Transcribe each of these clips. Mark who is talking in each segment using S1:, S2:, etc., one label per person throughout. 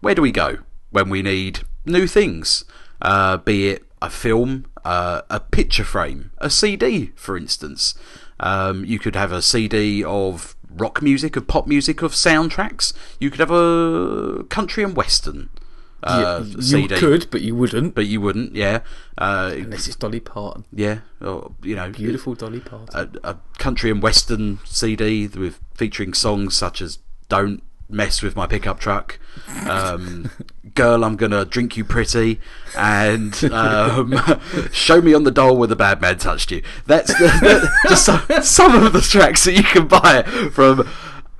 S1: where do we go when we need new things? Uh, be it a film, uh, a picture frame, a CD, for instance. Um, you could have a CD of rock music, of pop music, of soundtracks. You could have a country and western uh,
S2: you, you
S1: CD.
S2: could, but you wouldn't.
S1: But you wouldn't, yeah. Uh,
S2: Unless it's Dolly Parton.
S1: yeah, Uh, or, you know,
S2: Beautiful Dolly Parton.
S1: a, a country and western CD with featuring songs such as "Don't Mess with My Pickup Truck," um, "Girl, I'm Gonna Drink You Pretty," and um, "Show Me on the Doll Where the Bad Man Touched You." That's the, the- just some, some of the tracks that you can buy from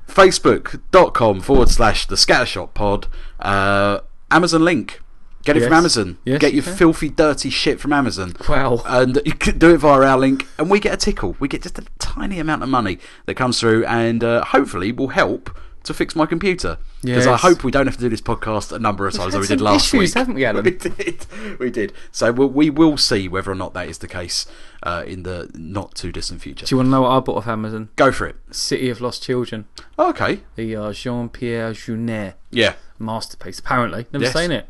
S1: facebook.com forward slash the scattershot pod uh, amazon link get it from
S2: Yes.
S1: amazon
S2: Yes,
S1: get your
S2: you can.
S1: filthy dirty shit from amazon
S2: Wow.
S1: and you can do it via our link, and we get a tickle. We get just a tiny amount of money that comes through, and uh, hopefully will help to fix my computer. Because I
S2: Yes.
S1: hope we don't have to do this podcast a number of times that
S2: had
S1: we did
S2: some
S1: last
S2: issues,
S1: week,
S2: haven't we, Alan?
S1: We did, we did. So we'll, we will see whether or not that is the case uh, in the not too distant future.
S2: Do you want to know what I bought off Amazon?
S1: Go for it.
S2: City of Lost Children.
S1: Okay.
S2: The uh, Jean Pierre Jeunet
S1: Yeah.
S2: masterpiece, apparently. Never
S1: Yes.
S2: seen it.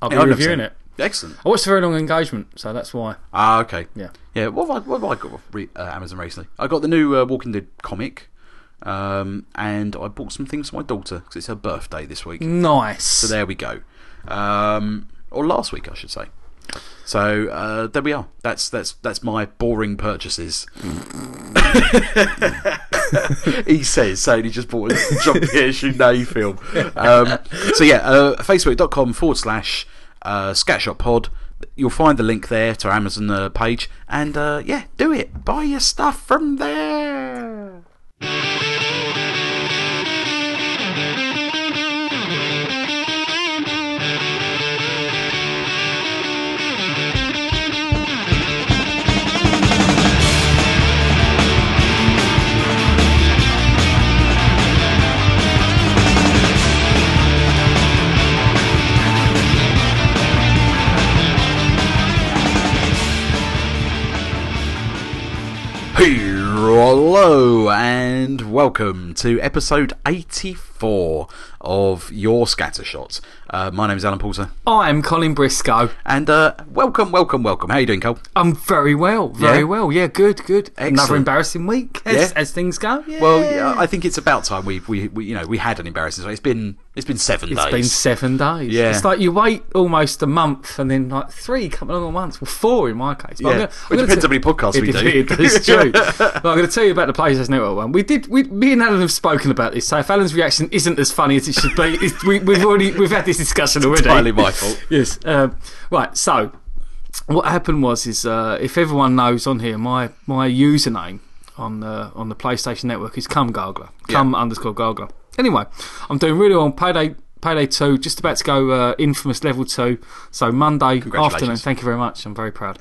S2: I'll be
S1: Yeah, I've never
S2: reviewing
S1: seen
S2: it.
S1: Excellent.
S2: I watched a very long engagement, so that's why.
S1: Ah, okay.
S2: Yeah.
S1: Yeah. What have I, what have I got off re- uh, Amazon recently? I got the new uh, Walking Dead comic, um, and I bought some things for my daughter because it's her birthday this week.
S2: Nice.
S1: So there we go. Um, or last week, I should say. So uh, there we are. That's that's that's my boring purchases. he says, saying he just bought a Jean Pierre Junet film. Um, so yeah, uh, facebook.com forward slash uh, Scatshot Pod. You'll find the link there to our Amazon uh, page, and uh, yeah, do it. Buy your stuff from there. Hello and welcome to episode 84 of Your Scattershot. Uh, my name is Alan Porter,
S2: I'm Colin Briscoe.
S1: and uh, welcome, welcome, welcome. How you doing, Cole?
S2: I'm very well, very
S1: Yeah?
S2: well. Yeah, good, good. Another
S1: Excellent.
S2: embarrassing week as,
S1: Yeah.
S2: as things go. Yeah.
S1: Well, yeah, I think it's about time we, we, we you know, we had an embarrassing. So it's been it's been seven
S2: it's
S1: days.
S2: been seven days.
S1: Yeah.
S2: It's like you wait almost a month and then like three come along at once. Well, four in my case. But I'm
S1: Yeah.
S2: gonna-
S1: It
S2: I'm gonna
S1: depends
S2: t-
S1: how many podcasts
S2: it
S1: we do.
S2: depends, It's true. Well, I'm going to tell you about the PlayStation Network one. We did. We, me and Alan have spoken about this. So if Alan's reaction isn't as funny as it should be, it's, we, we've already we've had this discussion already.
S1: entirely my fault.
S2: yes. Um, right. So what happened was is uh, if everyone knows on here, my my username on the on the PlayStation Network is cum gargler, cum underscore gargler. Anyway, I'm doing really well on payday. Payday 2, just about to go uh, infamous level 2. So, Monday afternoon.
S1: Congratulations.
S2: Thank you very much. I'm very proud.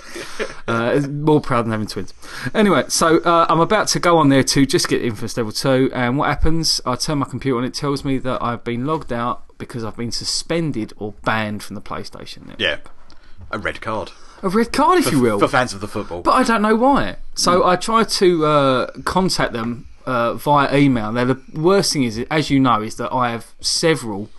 S2: uh, more proud than having twins. Anyway, so uh, I'm about to go on there to just get infamous level 2. And what happens? I turn my computer on, it tells me that I've been logged out because I've been suspended or banned from the PlayStation. Network.
S1: Yeah, a red card
S2: A red card, if you will.
S1: for fans of the football.
S2: But I don't know why. So I tried to uh, contact them uh, via email. Now, the worst thing is, as you know, is that I have several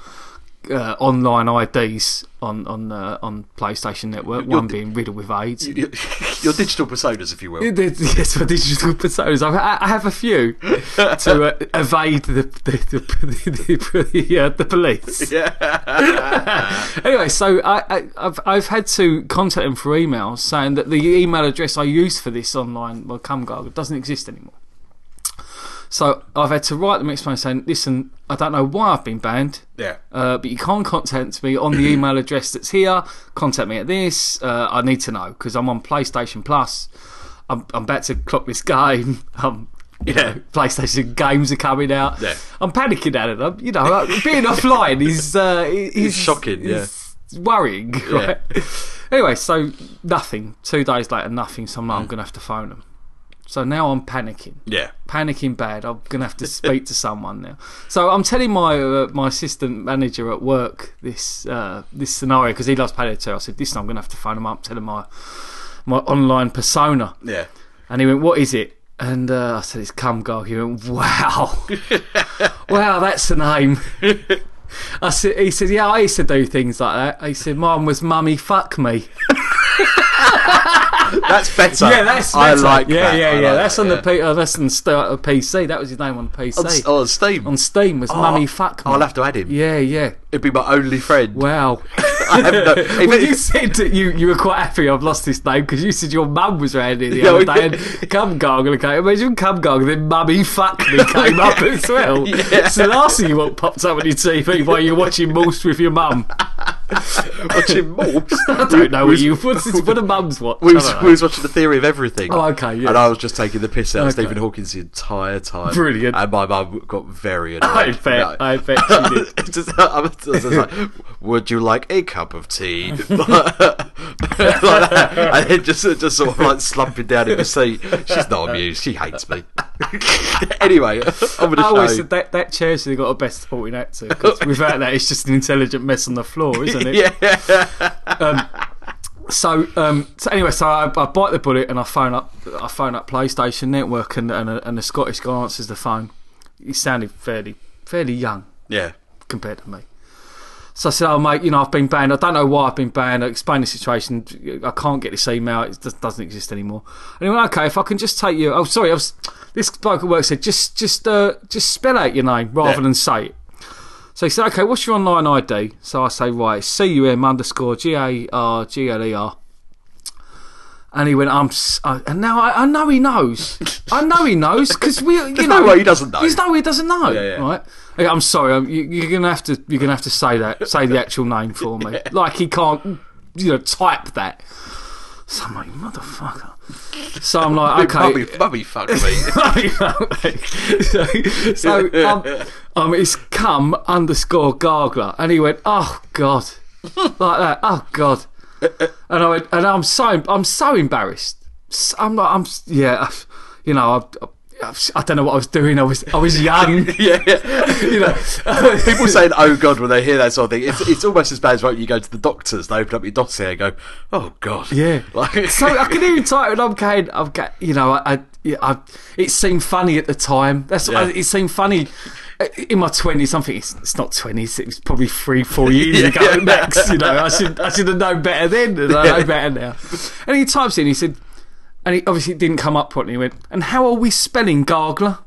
S2: uh, online IDs on on uh, on PlayStation Network. one being riddled with AIDS.
S1: Your your digital personas, if you will.
S2: Yes, for digital personas. I've, I I have a few to uh, evade the the, the, the, the, uh, the police. anyway, so I, I, I've I've had to contact them through email saying that the email address I used for this online well, Cumgarg doesn't exist anymore. So I've had to write them explain saying, listen, I don't know why I've been banned.
S1: Yeah.
S2: Uh, but you can contact me on the email address that's here. Contact me at this. Uh, I need to know because I'm on PlayStation Plus. I'm, I'm about to clock this game. Um, you
S1: Yeah.
S2: know, PlayStation games are coming out.
S1: Yeah.
S2: I'm panicking at it. I'm, you know, like, being offline is uh, is
S1: It's shocking, yeah.
S2: is worrying. Right? Anyway, so nothing. Two days later, nothing. So I'm, like, I'm going to have to phone them. So now I'm panicking
S1: Yeah.
S2: panicking bad. I'm gonna have to speak to someone now. So I'm telling my uh, my assistant manager at work this uh, this scenario because he loves Paleo too. I said, "Listen, I'm gonna have to phone him up, tell him my my online persona."
S1: Yeah.
S2: And he went, "What is it?" And uh, I said, "It's cum garg." He went, "Wow, wow, that's the name." I said, he said, yeah, I used to do things like that. He said, mine was mummy fuck me.
S1: That's better.
S2: yeah, that's
S1: I
S2: better.
S1: like
S2: yeah,
S1: that.
S2: yeah,
S1: I
S2: yeah.
S1: like
S2: that's
S1: that,
S2: on
S1: yeah. Oh,
S2: the P- uh, that's on start of PC. That was his name on the PC.
S1: On, s- on Steam.
S2: on Steam was
S1: Oh,
S2: mummy fuck me.
S1: I'll have to add him.
S2: yeah, yeah.
S1: It'd be my only friend.
S2: Wow.
S1: I have no, if
S2: well,
S1: it-
S2: you said that you, you were quite happy I've lost this name because you said your mum was round here the
S1: Yeah,
S2: other
S1: we-
S2: day and Cumgong and okay, imagine Cumgong then mummy fuck me came up as well.
S1: Yeah.
S2: It's the last thing you want pops up on your TV while you're watching Morse with your mum.
S1: watching Morse.
S2: I don't know what you what's this, what do mums watch?
S1: We
S2: I
S1: was,
S2: don't
S1: we
S2: know.
S1: was watching The Theory of Everything.
S2: Oh, okay, yeah.
S1: And I was just taking the piss out of
S2: Okay.
S1: Stephen Hawking the entire time.
S2: Brilliant.
S1: And my mum got very annoyed.
S2: I bet,
S1: No.
S2: I bet she did.
S1: It's just- I was just like, would you like a cup of tea? like that. And then just, just sort of like slumping down in the seat. She's not amused. She hates me. anyway, I'm going
S2: I
S1: to
S2: always
S1: show.
S2: said Oh, that, that chair should have got a best supporting actor 'cause without that, it's just an intelligent mess on the floor, isn't it?
S1: Yeah.
S2: Um, So, um, so anyway, so I, I bite the bullet and I phone up, I phone up PlayStation Network, and and a, and a Scottish guy answers the phone. He sounded fairly fairly young
S1: Yeah.
S2: compared to me. So I said, "Oh mate, you know I've been banned. I don't know why I've been banned. I explained the situation. I can't get this email. It just doesn't exist anymore." And he went, "Okay, if I can just take you." Oh, sorry, I was. This bloke at work said, "Just, just, uh, just spell out your name rather
S1: Yeah.
S2: than say it." So he said, "Okay, what's your online ID?" So I say, "Right, C U M underscore G A R G L E R." And he went, "I'm," s- I- and now I, I know he knows. I know he knows because we, you
S1: There's
S2: know,
S1: no way he doesn't know.
S2: He's no, he doesn't know.
S1: Yeah, yeah.
S2: Right? Okay, I'm sorry. I'm, you, you're gonna have to. You're gonna have to say that. Say the actual name for me. Like he can't. You know, type that. So I'm like, motherfucker. So I'm like, okay.
S1: Mummy, mummy, fuck me.
S2: so so um, um, it's cum underscore gargler, and he went, "Oh God," like that. Oh God, and I went, and I'm so I'm so embarrassed. S- I'm like, I'm s- yeah, I've- you know, I, I, I don't know what I was doing. I was I was young,
S1: yeah.
S2: you know.
S1: People saying "Oh God" when they hear that sort of thing, it's, it's almost as bad as when you go to the doctors. They open up your dossier and go, "Oh God."
S2: Yeah.
S1: Like,
S2: so I can hear him typing. I'm going, I'm going, you know, I, I, yeah, I, it seemed funny at the time. That's
S1: Yeah.
S2: it seemed funny uh, in my twenties. I think it's, it's not twenties. It was probably three, four years
S1: Yeah.
S2: ago max. You know, I should I should have known better then, and I know better now. And he types in. He said, and he obviously it didn't come up properly. He went, and how are we spelling gargler?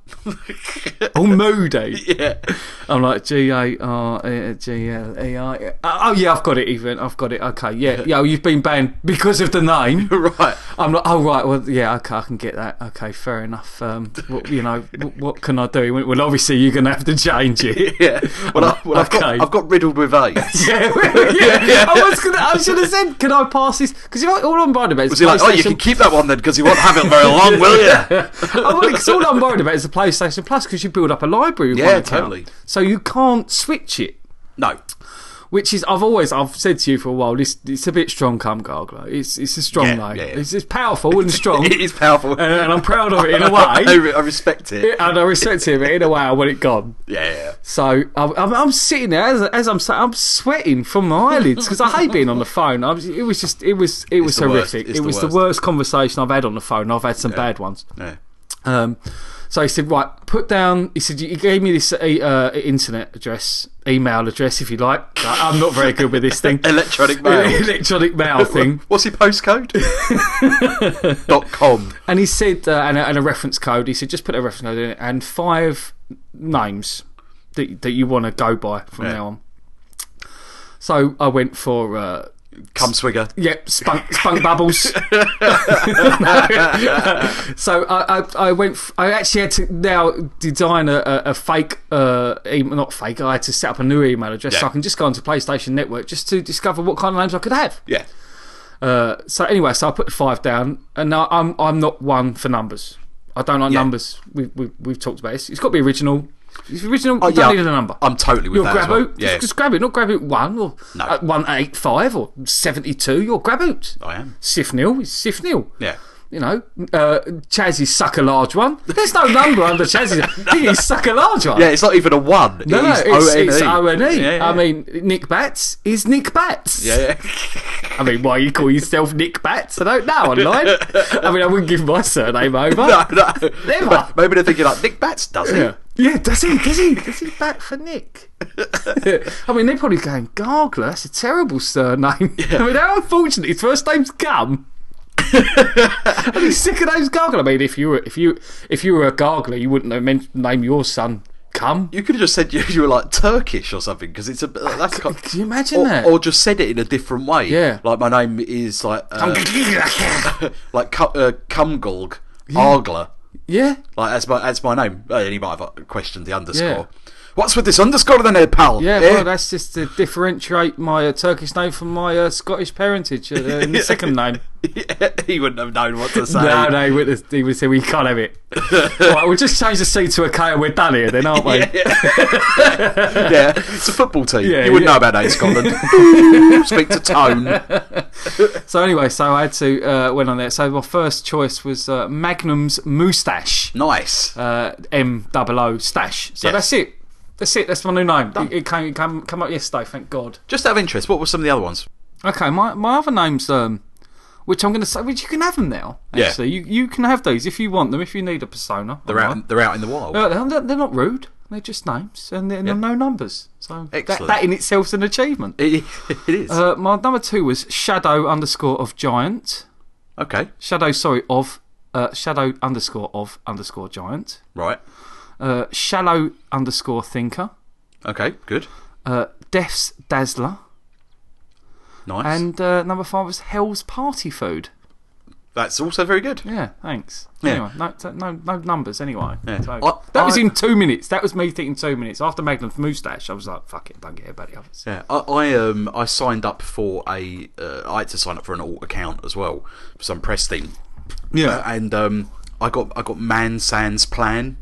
S2: oh, moody.
S1: yeah.
S2: I'm like G A R G L E R. Oh yeah, I've got it. Even I've got it. Okay, yeah, yeah. You've been banned because of the name.
S1: Right.
S2: I'm like, oh right, well yeah, okay, I can get that. Okay, fair enough. Um, what, you know, what, what can I do? He went, Well, obviously you're gonna have to change it.
S1: Yeah. Well, I, well I've
S2: Okay.
S1: got I've got riddled with AIDS.
S2: yeah, yeah. I was gonna, I should have said, can I pass this? Because all I'm worried about is
S1: Was he like, "Oh, you can keep that one then, because you won't have it very long, will you?"
S2: oh, well, 'cause all I'm worried about is the PlayStation Plus because you build up a library. With
S1: Yeah,
S2: one account.
S1: totally.
S2: So you can't switch it.
S1: No.
S2: Which is, I've always, I've said to you for a while, this it's a bit strong, cum gargler. It's it's a strong
S1: Yeah,
S2: name.
S1: yeah.
S2: It's, it's powerful and strong,
S1: It
S2: and,
S1: is powerful.
S2: and I'm proud of it in a
S1: I,
S2: way.
S1: re- I respect it.
S2: And I respect it, but in a way, I want it gone.
S1: Yeah. yeah.
S2: So I'm, I'm, I'm sitting there as, as I'm sa- I'm sweating from my eyelids because I hate being on the phone. I was, it was just it was it was
S1: the worst.
S2: horrific.
S1: It's
S2: It
S1: the
S2: was
S1: worst.
S2: the worst conversation I've had on the phone. I've had some bad ones.
S1: Yeah.
S2: Um, so he said, right, put down. He said, you gave me this uh, uh, internet address, email address, if you like. Like, I'm not very good with this thing.
S1: Electronic mail.
S2: Electronic mail thing.
S1: What's your postcode? Dot com.
S2: And he said, uh, and, a, and a reference code. He said, just put a reference code in it and five names that, that you want to go by from
S1: Yeah.
S2: now on. So I went for, uh,
S1: Come swigger.
S2: yep, spunk, spunk bubbles. so I, I, I went, f- I actually had to now design a, a, a fake, uh, email, not fake, I had to set up a new email address so
S1: Yeah.
S2: I can just go onto PlayStation Network just to discover what kind of names I could have.
S1: Yeah.
S2: Uh, so anyway, so I put five down, and now I'm I'm not one for numbers. I don't like
S1: Yeah.
S2: numbers. We, we we've talked about this. It's got to be original. If it's original, you
S1: Oh, yeah.
S2: don't need a number.
S1: I'm totally with
S2: You'll
S1: that.
S2: grab
S1: as well.
S2: out. Just,
S1: Yeah.
S2: just grab it. Not grab it one or
S1: No.
S2: uh, one eight five or seventy two. You'll grab out.
S1: I am.
S2: Sif nil is sif nil.
S1: Yeah.
S2: You know, uh, Chazzy suck a large one. There's no number under Chazzy. He is suck a large one.
S1: Yeah, it's not even a one.
S2: No, no, it's, it's O-N-E.
S1: E. Yeah, yeah.
S2: I mean, Nick Bats is Nick Bats.
S1: yeah,
S2: I mean, why you call yourself Nick Bats? I don't know. Online, I mean, I wouldn't give my surname over.
S1: yeah. no, no.
S2: Never.
S1: Maybe they're thinking like Nick Bats does it.
S2: Yeah. Yeah, does he? Does he?
S3: Is he back for Nick?
S2: I mean, they're probably going, Gargler, that's a terrible surname. I mean, how unfortunate. His first name's Gum. and he's sick of those Gargler. I mean, if you were, if you, if you were a Gargler, you wouldn't have men- name your son Cum.
S1: You could have just said you, you were like Turkish or something because it's a that's kind
S2: Can you imagine
S1: or,
S2: that?
S1: or just said it in a different way.
S2: Yeah.
S1: like my name is like uh, like Cu- uh, Cumgolg Argler.
S2: yeah.
S1: Like that's my that's my name. Uh, And he might have questioned the underscore.
S2: Yeah.
S1: What's with this underscore then, there, pal?
S2: Yeah,
S1: Eh?
S2: well, that's just to differentiate my uh, Turkish name from my uh, Scottish parentage uh, in the second name.
S1: he wouldn't have known what to say.
S2: No, no, he would, he would say, we can't have it. right, we'll just change the C to a K and we're done here then, aren't we?
S1: yeah, it's a football team.
S2: Yeah,
S1: you wouldn't know
S2: yeah.
S1: about that in Scotland. Speak to tone.
S2: So anyway, so I had to uh, went on there. So my first choice was uh, Magnum's Moustache,
S1: Nice.
S2: uh, M double O stash. So
S1: Yes.
S2: that's it. That's it. That's my new name. It, it came, it came, come up yesterday. Thank God.
S1: Just out of interest, what were some of the other ones?
S2: Okay, my my other name's um, which I'm going to say, which you can have them now.
S1: Yeah.
S2: Actually, you you can have these if you want them. If you need a persona,
S1: They're out. They're out in the wild.
S2: Uh, they're, they're not rude. They're just names, and they're, they're no numbers. So that,
S1: Excellent.
S2: that in itself's an achievement.
S1: It, it is.
S2: Uh, my number two was Shadow underscore of Giant.
S1: okay.
S2: Shadow, sorry, of uh, shadow underscore of underscore giant,
S1: Right.
S2: uh, shallow underscore thinker,
S1: Okay. Good.
S2: uh, death's dazzler,
S1: Nice.
S2: and uh, number five was hell's party food.
S1: That's also very good.
S2: Yeah, thanks.
S1: Yeah.
S2: Anyway, no, t- no, no numbers anyway.
S1: Yeah.
S2: So-
S1: I-
S2: that was
S1: I-
S2: in two minutes. That was me thinking two minutes after Magnum's moustache. I was like, fuck it, don't care about the others.
S1: Yeah, I, I um I signed up for a uh, I had to sign up for an alt account as well for some press thing, Uh, and um I got I got Man Sans plan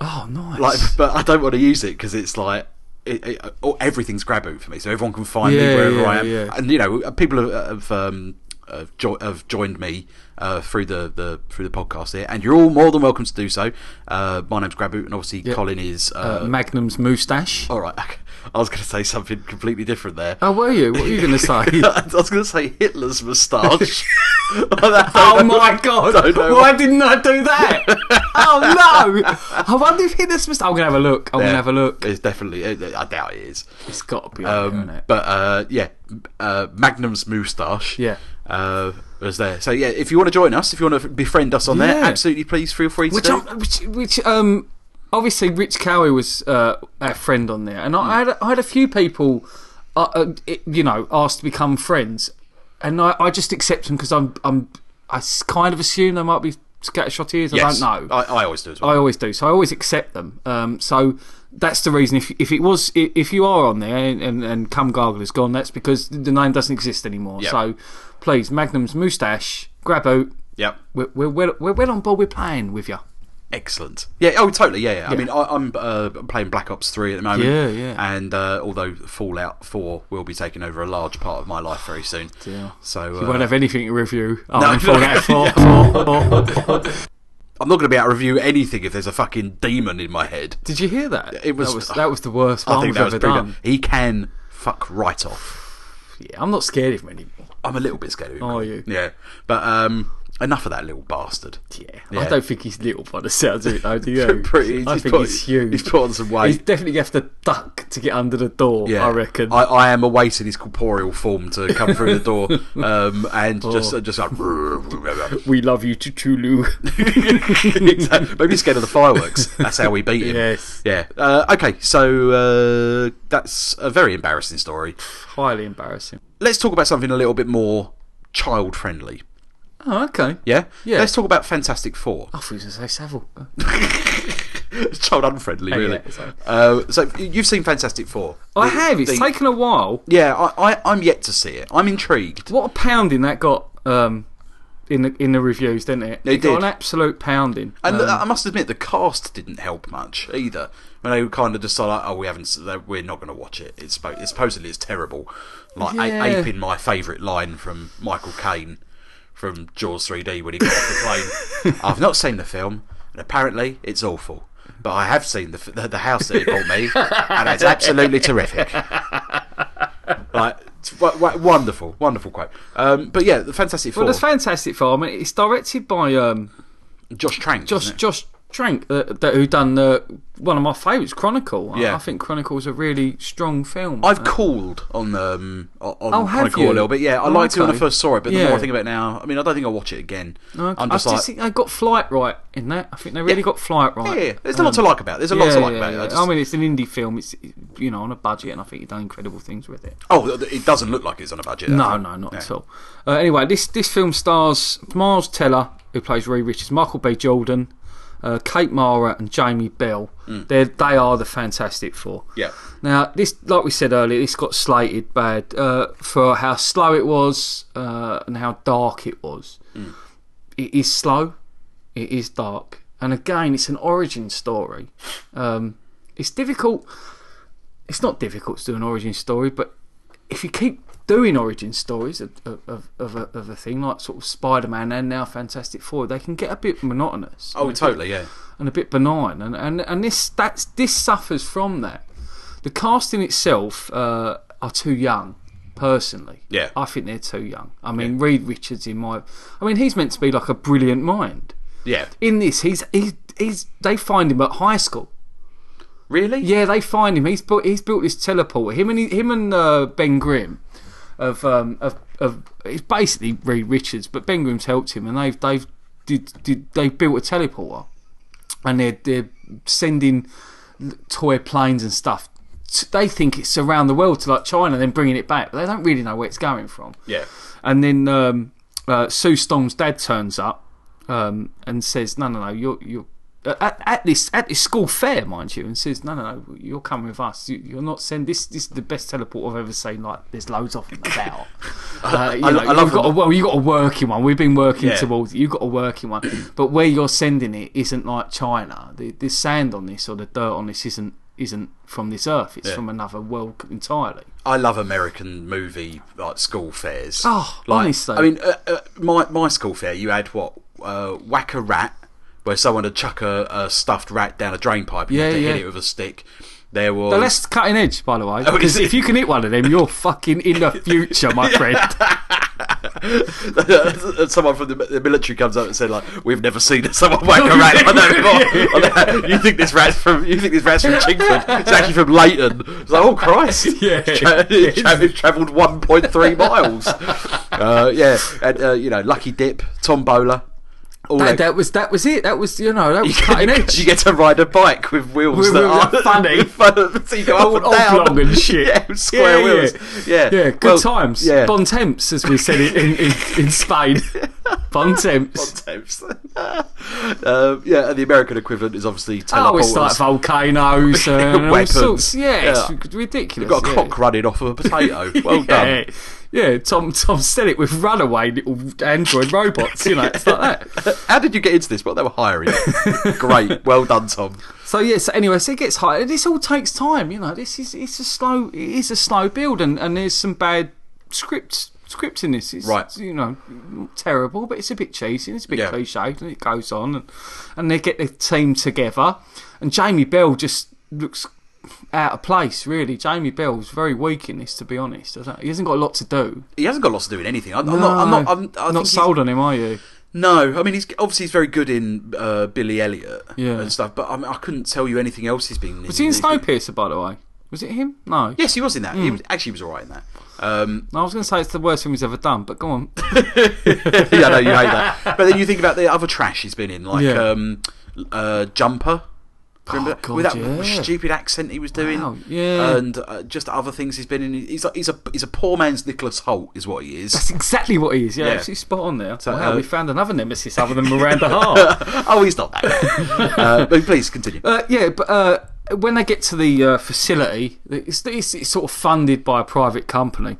S2: Oh, nice.
S1: like but I don't want to use it because it's like. It, it, oh, everything's Graboot for me, so everyone can find me
S2: Yeah,
S1: wherever
S2: yeah,
S1: I am.
S2: yeah.
S1: And you know, uh, people have, have um have, jo- have joined me uh, through the, the through the podcast here, and you're all more than welcome to do so. Uh, my name's Graboot, and obviously Colin is.
S2: uh,
S1: Uh,
S2: Magnum's moustache.
S1: all right, I was going to say something completely different there.
S2: Uh, Oh, were you? What were you going to say?
S1: I was going to say Hitler's moustache.
S2: Oh my god!
S1: Don't know
S2: Why didn't I do that? oh no! I wonder if Hitler's must. I'm gonna have a look. I'm gonna have a look.
S1: It's definitely. uh, I doubt it is.
S2: It's got to be on there,
S1: Um,
S2: isn't it?
S1: but uh, yeah, uh, Magnum's moustache.
S2: Yeah.
S1: Uh, was there. So yeah, if you want to join us, if you want to befriend us on there,
S2: Yeah.
S1: absolutely, please feel free to.
S2: Which,
S1: do.
S2: I'm, which, which, um, obviously Rich Cowie was uh, our friend on there, and
S1: Hmm.
S2: I, I had, I had a few people, uh, uh, it- you know, asked to become friends, and I, I just accept them because I'm, I'm, I s- kind of assume they might be scattershotteers.
S1: Yes.
S2: I don't know.
S1: I, I always do as well.
S2: I always do. So I always accept them. Um, so that's the reason. If if it was i- if you are on there and and, and Cum Gargle is gone, that's because the name doesn't exist anymore.
S1: Yeah.
S2: So please, Magnum's moustache, grab out.
S1: yep.
S2: We're we're well, we're well on board. We're playing with you.
S1: Excellent. Yeah. Oh, totally. Yeah. yeah. I mean, I, I'm uh, playing Black Ops Three at the moment.
S2: Yeah, yeah.
S1: And uh, although Fallout Four will be taking over a large part of my life very soon. So uh,
S2: You won't have anything to review. Oh,
S1: No,
S2: no,
S1: no.
S2: Oh, no.
S1: I'm not going to be able to review anything if there's a fucking demon in my head.
S2: Did you hear that?
S1: It was-
S2: that was, that was the worst
S1: I
S2: one
S1: think
S2: we've
S1: that was
S2: ever
S1: pretty
S2: done.
S1: good. He can fuck right off.
S2: Yeah, I'm not scared of him anymore.
S1: I'm a little bit scared of him.
S2: Are you?
S1: Yeah. But um, enough of that little bastard.
S2: Yeah.
S1: Yeah.
S2: I don't think he's little by the sounds of it, though, do you?
S1: Pretty,
S2: I
S1: he's
S2: think
S1: put,
S2: he's huge.
S1: He's put on some weight.
S2: He's definitely going to have to duck to get under the door,
S1: yeah.
S2: I reckon.
S1: I, I am awaiting his corporeal form to come through the door um, and
S2: Oh.
S1: just just like
S2: we love you, Chulu.
S1: Exactly. maybe he's scared of the fireworks. That's how we beat him.
S2: Yes.
S1: Yeah. Uh, okay. So uh, that's a very embarrassing story.
S2: Highly embarrassing.
S1: Let's talk about something a little bit more child friendly.
S2: Oh, okay.
S1: Yeah?
S2: Yeah.
S1: Let's talk about Fantastic Four.
S2: I thought you were going to say Savile.
S1: It's child unfriendly, really.
S2: yeah, sorry.
S1: Uh, so y- you've seen Fantastic Four.
S2: Oh, I
S1: The-
S2: have. It's
S1: the-
S2: taken a while.
S1: Yeah, I, I, I'm yet to see it. I'm intrigued.
S2: What a pounding that got um, in the in the reviews, didn't it?
S1: It did.
S2: got an absolute pounding.
S1: And
S2: Um,
S1: th- I must admit, the cast didn't help much either. When they were kind of just like, "Oh, we haven't. s- that- We're not going to watch it. It's spo- it's supposedly it's terrible." Like a-
S2: Yeah.
S1: aping my favourite line from Michael Caine from Jaws 3D when he got off the plane. I've not seen the film, and apparently it's awful. But I have seen the f- the, the house that he bought me, and it's absolutely terrific. Like it's w- w- wonderful, wonderful quote. Um, but yeah, the Fantastic Four,
S2: well, that's fantastic for I mean, It's directed by um,
S1: Josh Trank.
S2: Josh
S1: isn't it?
S2: Josh Trank, uh, that, who done uh, one of my favourites, Chronicle. I,
S1: Yeah.
S2: I think Chronicle's a really strong film.
S1: I've called on um on
S2: Oh,
S1: oh,
S2: have
S1: Chronicle
S2: you?
S1: a little bit. Yeah, I
S2: Oh,
S1: liked it when
S2: okay.
S1: I first saw it, but the more
S2: Yeah.
S1: I think about it now, I mean, I don't think I'll watch it again.
S2: I,
S1: I'm just
S2: I
S1: like,
S2: think they got flight right in that. I think they really got flight
S1: yeah,
S2: right.
S1: yeah, there's a lot to like about. it. There's a lot
S2: Um, Yeah,
S1: to like
S2: yeah,
S1: about. it.
S2: yeah.
S1: I
S2: I,
S1: just,
S2: mean, it's an indie film. It's you know on a budget, and I think you've done incredible things with it.
S1: oh, it doesn't look like it's on a budget. that
S2: No,
S1: film.
S2: no, not
S1: Yeah.
S2: at all. Uh, anyway, this this film stars Miles Teller, who plays Ray Richards, Michael B. Jordan, uh, Kate Mara, and Jamie Bell.
S1: Mm.
S2: They're, they are the Fantastic Four.
S1: Yeah,
S2: Now, this, like we said earlier, this got slated bad uh, for how slow it was uh, and how dark it was. It is slow, it is dark, and again, it's an origin story. Um, it's difficult. It's not difficult to do an origin story, but if you keep doing origin stories of of, of, of, a, of a thing like sort of Spider-Man and now Fantastic Four, they can get a bit monotonous
S1: oh, totally. Yeah,
S2: and a bit benign, and and, and this that's this suffers from that. The casting itself uh, are too young, personally.
S1: Yeah.
S2: I think they're too young. I mean, Reed Richards in my, I mean, he's meant to be like a brilliant mind.
S1: yeah.
S2: In this, he's he's, he's they find him at high school.
S1: Really?
S2: Yeah, they find him. He's built. He's built this teleporter. Him and he, him and uh, Ben Grimm, of um of of it's basically Reed Richards, but Ben Grimm's helped him, and they've they've did, did they built a teleporter, and they're they're sending toy planes and stuff. T- They think it's around the world to like China, then bringing it back, but they don't really know where it's going from.
S1: yeah.
S2: And then um, uh, Sue Storm's dad turns up um, and says, "No, no, no, you're you're." uh, At, at this at this school fair, mind you, and says, "No, no, no, you're coming with us. You, you're not send this. This is the best teleport I've ever seen. Like, there's loads of them about. Uh, you
S1: I-
S2: know,
S1: I love
S2: you've got a,
S1: them.
S2: well, you got a working one. We've been working
S1: Yeah.
S2: towards. it. You've got a working one, but where you're sending it isn't like China. The, the sand on this or the dirt on this isn't isn't from this earth. It's
S1: Yeah.
S2: from another world entirely.
S1: I love American movie like school fairs.
S2: Oh,
S1: like,
S2: honestly.
S1: I mean, uh, uh, my my school fair, you had what uh, whack a rat, where someone had chuck a, a stuffed rat down a drain pipe and you had
S2: Yeah,
S1: to
S2: yeah.
S1: hit it with a stick. There was
S2: But that's cutting edge, by the way.
S1: Oh,
S2: Because
S1: is it?
S2: if you can hit one of them, you're fucking in the future, my friend.
S1: someone from the, the military comes up and said like, "We've never seen someone whack a rat on that before." you think this rat's from you think this rat's from Chingford? It's actually from Leighton. It's like, oh Christ!
S2: Yeah.
S1: Tra- tra- travelled one point three miles. uh, yeah, and uh, you know, Lucky Dip, Tombola. All
S2: That, that was that was it. That was you know that was cutting edge.
S1: you get to ride a bike with wheels
S2: With-
S1: that
S2: with
S1: are
S2: that funny-
S1: fun- so you go up
S2: Old-
S1: and down
S2: oblong and shit.
S1: Yeah, with square
S2: Yeah,
S1: wheels. Yeah,
S2: yeah, good
S1: Well,
S2: times.
S1: Yeah,
S2: Bon temps, as we said in in, in, in Spain. Bon temps.
S1: tapes. um, yeah, and the American equivalent is obviously
S2: Oh,
S1: teleporters.
S2: it's like volcanoes and all
S1: Weapons.
S2: sorts. Yeah,
S1: Yeah.
S2: it's ridiculous.
S1: You've got a
S2: yeah.
S1: cock running off of a potato. Well done.
S2: Yeah, Tom Tom said it with runaway little android robots. You know, it's like that.
S1: How did you get into this? Well, they were hiring. Great. Well done, Tom.
S2: So yeah, so anyway, so it gets high. This all takes time, you know. This is it's a slow it is a slow build, and, and there's some bad scripts scripts in this. It's,
S1: Right.
S2: you know, not terrible, but it's a bit cheesy, and it's a bit
S1: Yeah.
S2: cliched, and it goes on, and and they get the team together, and Jamie Bell just looks out of place. Really, Jamie Bell's very weak in this, to be honest. I don't, he hasn't got a lot to do.
S1: He hasn't got lots to do in anything. I'm, I'm not. I'm not. I'm, I
S2: not
S1: think he's-
S2: sold on him, are you?
S1: No, I mean he's obviously he's very good in uh, Billy Elliot
S2: Yeah.
S1: and stuff, but I, mean, I couldn't tell you anything else he's been.
S2: Was he in Snowpiercer, by the way? Was it him? No.
S1: Yes, he was in that.
S2: Hmm.
S1: He was, actually, he was all right in that. Um,
S2: No, I was going to say it's the worst thing he's ever done, but go
S1: Uh,
S2: on.
S1: yeah, no, you hate that. But then you think about the other trash he's been in, like
S2: Yeah. Oh,
S1: um, uh, Jumper. Remember
S2: God,
S1: with that
S2: yeah.
S1: stupid accent he was doing,
S2: Wow, yeah.
S1: and uh, just other things he's been in. He's like, he's a he's a poor man's Nicholas Holt, is what he is.
S2: That's exactly what he is. Yeah,
S1: Yeah.
S2: absolutely spot on there.
S1: So,
S2: wow,
S1: uh,
S2: we found another nemesis other than Miranda Hart.
S1: oh, he's not that. bad. uh, but please continue.
S2: uh, yeah, but uh, when they get to the uh, facility, it's, it's, it's sort of funded by a private company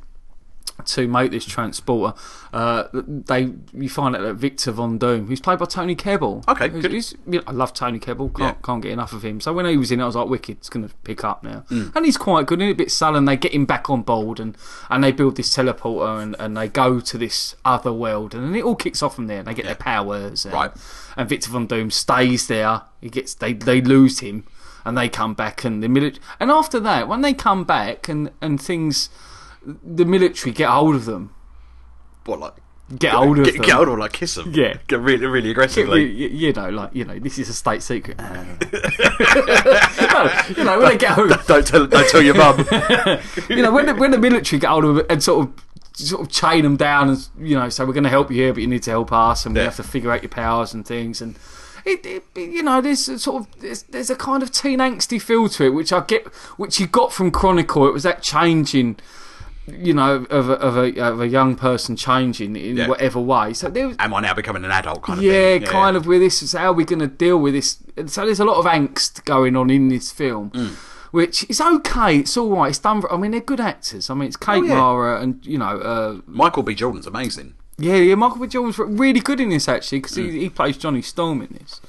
S2: to make this transporter. Uh, they you find out that Victor Von Doom, who's played by Tony Kebbell.
S1: Okay,
S2: who's-
S1: good.
S2: who's- you know, I love Tony Kebbell. Can't
S1: Yeah.
S2: can't get enough of him. So when he was in, it, I was like, wicked, it's going to pick up now.
S1: Mm.
S2: And he's quite good. And a bit sullen. They get him back on board, and and they build this teleporter, and, and they go to this other world, and then it all kicks off from there. And they get their powers. And,
S1: Right.
S2: and Victor Von Doom stays there. He gets they they lose him, and they come back, and the military. And after that, when they come back, and and things, the military get hold of them.
S1: What like
S2: get hold of
S1: Get,
S2: them.
S1: get older, like kiss them.
S2: Yeah.
S1: Get really, really
S2: Get
S1: aggressively.
S2: re- you, you know, like you know, this is a state secret. no, you know, when they get hold,
S1: don't tell, don't tell your mum.
S2: you know, when the, when the military get hold of it and sort of sort of chain them down and you know, say we're going to help you here, but you need to help us, and we
S1: Yeah.
S2: have to figure out your powers and things and. It, it, you know, there's a sort of there's, there's a kind of teen angsty feel to it, which I get, which you got from Chronicle. It was that changing, you know, of a, of a, of a young person changing in
S1: Yeah.
S2: whatever way. So there was,
S1: Am I now becoming an adult kind of
S2: yeah,
S1: thing?
S2: kind of with this is how are we going to deal with this and so there's a lot of angst going on in this film
S1: Mm.
S2: which is okay it's all right it's done for, i mean they're good actors i mean it's kate
S1: Oh, yeah.
S2: mara and you know uh,
S1: Michael B. Jordan's amazing.
S2: yeah yeah michael b jordan's really good in this actually because he,
S1: Mm.
S2: he plays johnny storm in this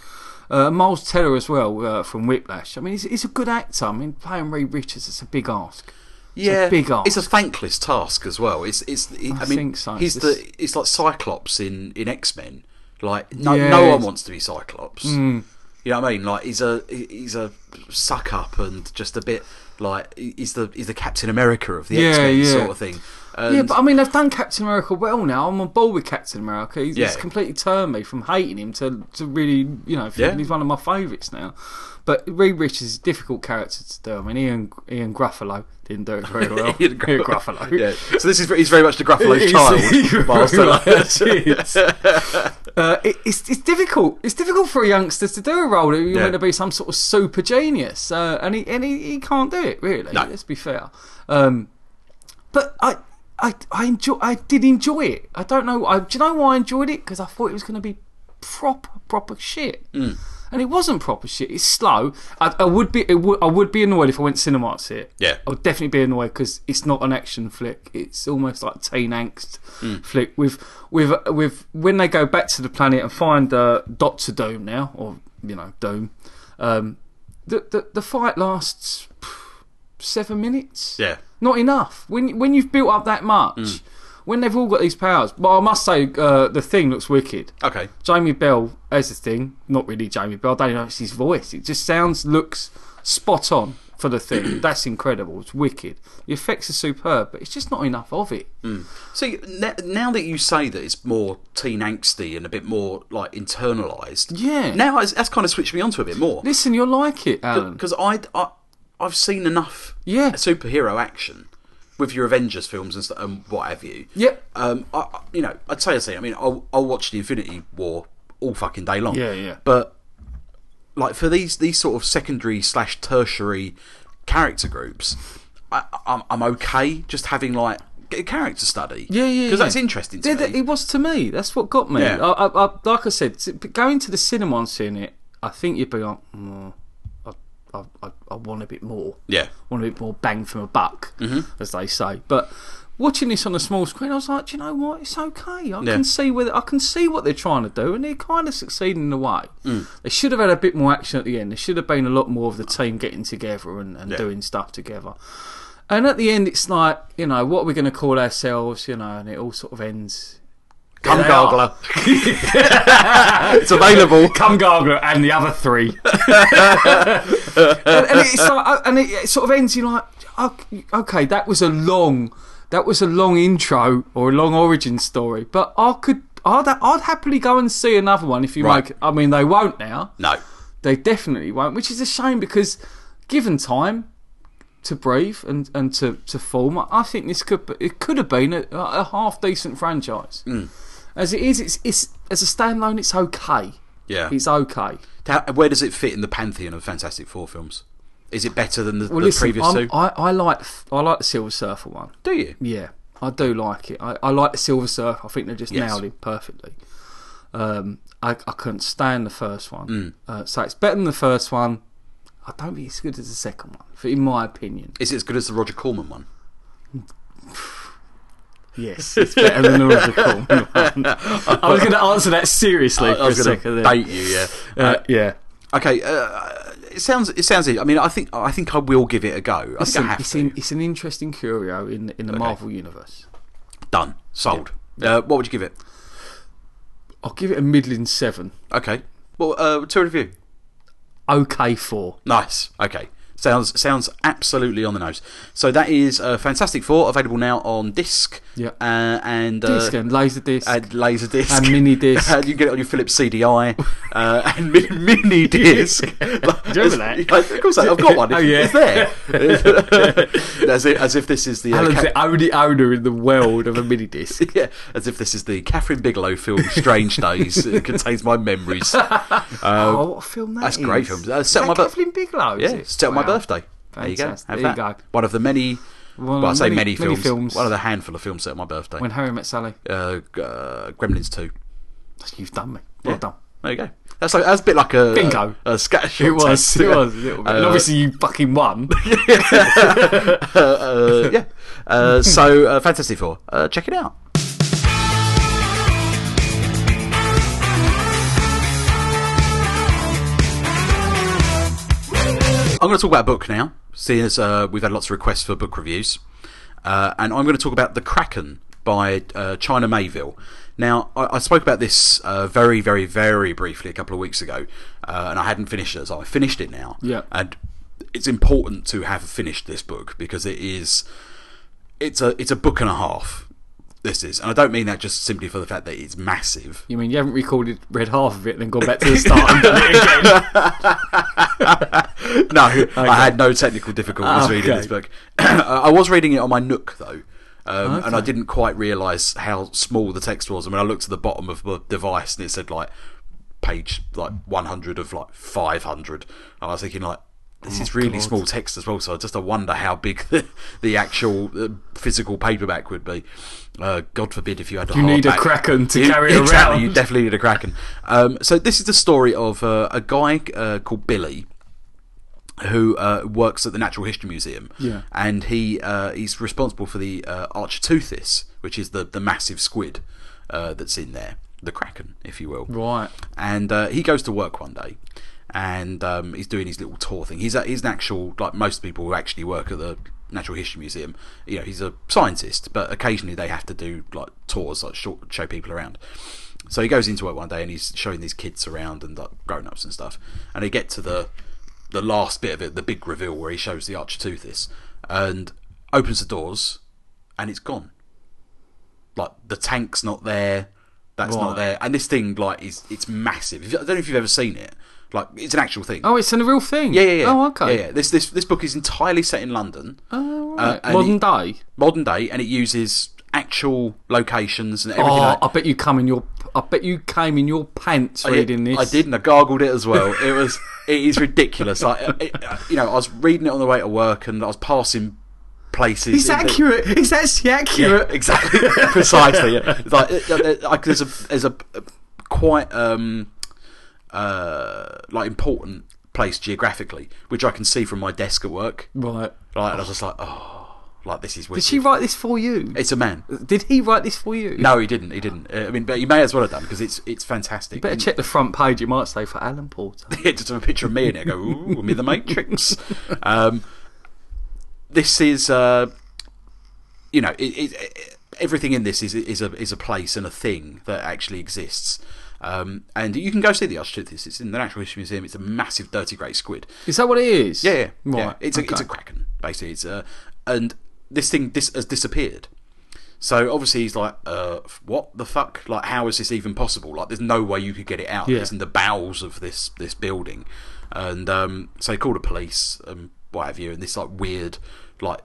S2: uh, miles teller as well uh, from whiplash i mean he's, he's a good actor i mean playing reed richards it's a big ask
S1: Yeah,
S2: big ask.
S1: It's a thankless task as well. It's it's. I, mean,
S2: think so.
S1: he's
S2: This-
S1: the. It's like Cyclops in in X Men. Like no
S2: Yeah. Hmm.
S1: no one wants to be Cyclops. You know what I mean? Like he's a he- he's a suck up and just a bit like he- he's the he's the Captain America of the
S2: Yeah,
S1: X Men
S2: yeah.
S1: sort of thing. And
S2: yeah, but I mean, they've done Captain America well now. I'm on board with Captain America. He's, it's
S1: Yeah.
S2: completely turned me from hating him to, to really, you know,
S1: Yeah.
S2: he's one of my favourites now. But Reed Richards is a difficult character to do. I mean, Ian, Ian Gruffalo didn't do it very well.
S1: Ian Gruffalo.
S2: Gruffalo.
S1: yeah. So this is he's very much the Gruffalo's
S2: He's-
S1: child. Miles Teller.
S2: Yes. uh, it, it's, it's difficult. It's difficult for youngsters to do a role. You're
S1: Yeah.
S2: meant to be some sort of super genius, uh, and he and he, he can't do it really.
S1: No.
S2: Let's be fair. Um, but I. I, I enjoy. I did enjoy it. I don't know. I, do you know why I enjoyed it? Because I thought it was going to be proper, proper shit, and it wasn't proper shit. It's slow. I, I would be. It would, I would be annoyed if I went to cinema to see it.
S1: Yeah.
S2: I would definitely be annoyed because it's not an action flick. It's almost like teen angst flick with with with when they go back to the planet and find uh, Doctor Doom now, or you know Doom. Um, the, the the fight lasts pff, seven minutes.
S1: Yeah.
S2: not enough. When when you've built up that much, when they've all got these powers. But I must say, uh, the thing looks wicked.
S1: Okay.
S2: Jamie Bell as the thing, not really Jamie Bell. I don't even know if it's his voice. It just sounds, looks spot on for the thing. That's incredible. It's wicked. The effects are superb, but it's just not enough of it.
S1: See, n- now that you say that it's more teen angsty and a bit more like internalized,
S2: Yeah.
S1: Now it's, that's kind of switched me onto a bit more
S2: Listen, you'll like it, Alan.
S1: because I, I I've seen enough
S2: Yeah.
S1: superhero action with your Avengers films and, st- and what have you.
S2: Yep.
S1: Um, I, I- you know, I'd say I say. I mean, I'll, I'll watch the Infinity War all fucking day long.
S2: Yeah, yeah.
S1: But like for these these sort of secondary slash tertiary character groups, I, I'm I'm okay just having like a character study.
S2: Yeah, yeah,
S1: because
S2: yeah.
S1: that's interesting to
S2: Yeah,
S1: me.
S2: that- It was to me. That's what got me.
S1: Yeah.
S2: I, I, I, like I said, t- going to the cinema and seeing it, I think you'd be like, mm, I, I, I, I want a bit more.
S1: Yeah.
S2: want a bit more bang for a buck, as they say. But watching this on a small screen, I was like, do you know what? It's okay. I can see where I can see what they're trying to do, and they're kind of succeeding in a way. They should have had a bit more action at the end. There should have been a lot more of the team getting together and, and doing stuff together. And at the end, it's like you know what we're going to call ourselves, you know, and it all sort of ends.
S1: Come
S2: There they are.
S1: Gargler. it's available.
S2: Come Gargler and the other three. and, and it's like, and it, it sort of ends you like, "Ok- okay, that was a long, that was a long intro or a long origin story, but I could, I'd, I'd happily go and see another one if you
S1: Right.
S2: make. I mean, they won't now.
S1: No.
S2: They definitely won't, which is a shame because, given time to breathe and, and to, to form, I think this could be- it could have been a, a half decent franchise. As it is, it's, it's as a standalone, it's okay.
S1: Yeah.
S2: It's okay.
S1: How- where does it fit in the pantheon of Fantastic Four films? Is it better than the,
S2: Well,
S1: the
S2: listen,
S1: previous
S2: I'm-
S1: two?
S2: I, I like I like the Silver Surfer one.
S1: Do you?
S2: Yeah, I do like it. I, I like the Silver Surfer. I think they just
S1: Yes.
S2: nailed him perfectly. Um, I, I couldn't stand the first one,
S1: Mm.
S2: uh, so it's better than the first one. I don't think it's as good as the second one, for, in my opinion.
S1: Is it as good as the Roger Corman one?
S2: Yes, it's better than the original one. I was going to answer that seriously for
S1: I was
S2: a
S1: going
S2: second.
S1: to
S2: there.
S1: bait you. Yeah.
S2: Uh, yeah,
S1: Okay. Uh, it sounds. It sounds. I mean, I think. I think I will give it a go. I think I
S2: Listen,
S1: have
S2: it's,
S1: to.
S2: in, it's an interesting curio in in the Marvel universe.
S1: Done. Sold. Uh, what would you give it?
S2: I'll give it a middling seven.
S1: Okay. Well, uh, to review.
S2: Okay, four.
S1: Nice. Okay. Sounds sounds absolutely on the nose. So that is uh, Fantastic Four available now on disc.
S2: Yeah.
S1: Uh, and uh,
S2: Disc and Laserdisc
S1: and Laserdisc
S2: and mini disc.
S1: and you can get it on your Philips CDI uh, and mi- mini disc. Do you
S2: remember that?
S1: of course, I- I've got one.
S2: Oh,
S1: It's
S2: yeah.
S1: it's there. as, if, as if this is the uh,
S2: Alan's
S1: Ca-
S2: the only owner in the world of a mini disc.
S1: yeah, as if this is the Catherine Bigelow film Strange Days. it contains my memories. Uh,
S2: oh, what a film that
S1: that's
S2: is.
S1: great film. Uh,
S2: Is
S1: set
S2: that
S1: my bir-
S2: Kathleen Bigelow. is
S1: Yeah,
S2: it?
S1: it's set on my
S2: Wow.
S1: birthday. There you go. Have
S2: Fantastic. There you
S1: that.
S2: go.
S1: One of the many.
S2: One of
S1: well, I
S2: the
S1: say many,
S2: many- many
S1: films,
S2: films.
S1: One of the handful of films set on my birthday.
S2: When Harry Met Sally.
S1: uh, g- uh, Gremlins Two.
S2: You've done me. Well
S1: Yeah.
S2: done.
S1: There you go. That's like that's a bit like a
S2: Bingo.
S1: A, a scattershot.
S2: It was.
S1: test.
S2: It was. A little bit. and
S1: Uh,
S2: obviously, you fucking won.
S1: uh, yeah. Uh, so, uh, Fantastic Four. Uh, check it out. I'm going to talk about a book now, seeing as uh, we've had lots of requests for book reviews. Uh, and I'm going to talk about The Kraken by uh, China Mayville. Now, I, I spoke about this uh, very, very, very briefly a couple of weeks ago, uh, and I hadn't finished it, so I finished it now.
S2: Yeah.
S1: And it's important to have finished this book because it is it's a it's a book and a half. This is, and I don't mean that just simply for the fact that it's massive.
S2: You mean you haven't recorded read half of it, and then gone back to the start and done it again?
S1: no, I had no technical difficulties
S2: Ah,
S1: reading
S2: okay.
S1: this book. I was reading it on my Nook though, um, and I didn't quite realise how small the text was. I mean, I looked at the bottom of the device and it said like page like 100 of like 500, and I was thinking like. This is really small text as well, so I just I wonder how big the, the actual uh, physical paperback would be. Uh, God forbid if you had a
S2: You need a
S1: hardback.
S2: kraken to
S1: You-
S2: carry around.
S1: exactly, You definitely need a kraken. Um, so this is the story of uh, a guy uh, called Billy who uh, works at the Natural History Museum.
S2: Yeah.
S1: And he uh, he's responsible for the uh, Architeuthis, which is the, the massive squid uh, that's in there, the kraken, if you will.
S2: Right.
S1: And uh, he goes to work one day, and um, he's doing his little tour thing. He's a, he's an actual like most people who actually work at the Natural History Museum. You know, he's a scientist, but occasionally they have to do like tours, like short, show people around. So he goes into work one day and he's showing these kids around and like grown ups and stuff. And they get to the the last bit of it, the big reveal where he shows the Architeuthis and opens the doors, and it's gone. Like the tank's not there, that's not
S2: Right.
S1: there, and this thing like is it's massive. If- I don't know if you've ever seen it. Like it's an actual thing.
S2: Oh, it's in a real thing.
S1: yeah, yeah, yeah.
S2: Oh, okay.
S1: Yeah, yeah. This this this book is entirely set in London, Uh,
S2: Oh, right.
S1: and
S2: Modern
S1: it-
S2: day.
S1: modern day, and it uses actual locations and everything.
S2: Oh,
S1: like
S2: I bet you come in your. I bet you came in your pants
S1: I did-
S2: reading this.
S1: I did, and I gargled it as well. It was, it is ridiculous. Like, it, it- you know, I was reading it on the way to work, and I was passing places.
S2: It's
S1: in the-
S2: accurate. It's actually
S1: Yeah,
S2: accurate.
S1: exactly, precisely. Yeah. It's Like, it- it- like, there's a, there's a, a quite um, uh, like important place geographically, which I can see from my desk at work.
S2: Right.
S1: Like, and I was just like, oh, like this is. Wicked.
S2: Did she write this for you?
S1: It's a man.
S2: Did he write this for you?
S1: No, he didn't. He didn't. Uh, I mean, but he may as well have done because it's it's fantastic.
S2: Better
S1: And-
S2: check the front page. It might say for Alan Porter.
S1: Yeah, just have a picture of me in it. I go, ooh, I'm in the Matrix. Um, this is, uh, you know, it, it, it, everything in this is is a is a place and a thing that actually exists. Um, and you can go see the Architeuthis. It's in the Natural History Museum. It's a massive, dirty grey squid.
S2: Is that what it is?
S1: Yeah, yeah,
S2: Right.
S1: yeah. It's a
S2: okay.
S1: it's a kraken basically. It's a and this thing this has disappeared. So obviously he's like, uh, f- what the fuck? Like, how is this even possible? Like, there's no way you could get it out.
S2: Yeah.
S1: It's in the bowels of this this building, and um, so he called the police and what have you. And this like weird, like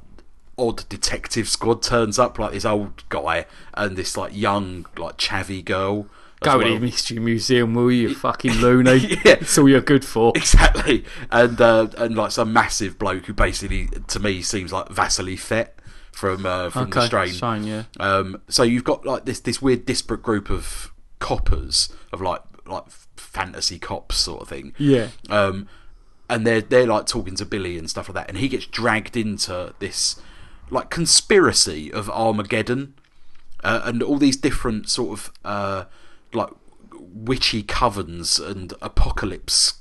S1: odd detective squad turns up, like this old guy and this like young like chavvy girl. as
S2: Go
S1: well.
S2: to the history museum, will you, fucking loony?
S1: Yeah.
S2: That's all you're good for.
S1: Exactly, and uh, and like some massive bloke who basically to me seems like Vasily Fett from uh, from the
S2: Okay,
S1: Strain.
S2: Strain, yeah.
S1: Um, so you've got like this this weird disparate group of coppers of like like fantasy cops sort of thing.
S2: Yeah.
S1: Um, and they're they're like talking to Billy and stuff like that, and he gets dragged into this like conspiracy of Armageddon, uh, and all these different sort of uh, like witchy covens and apocalypse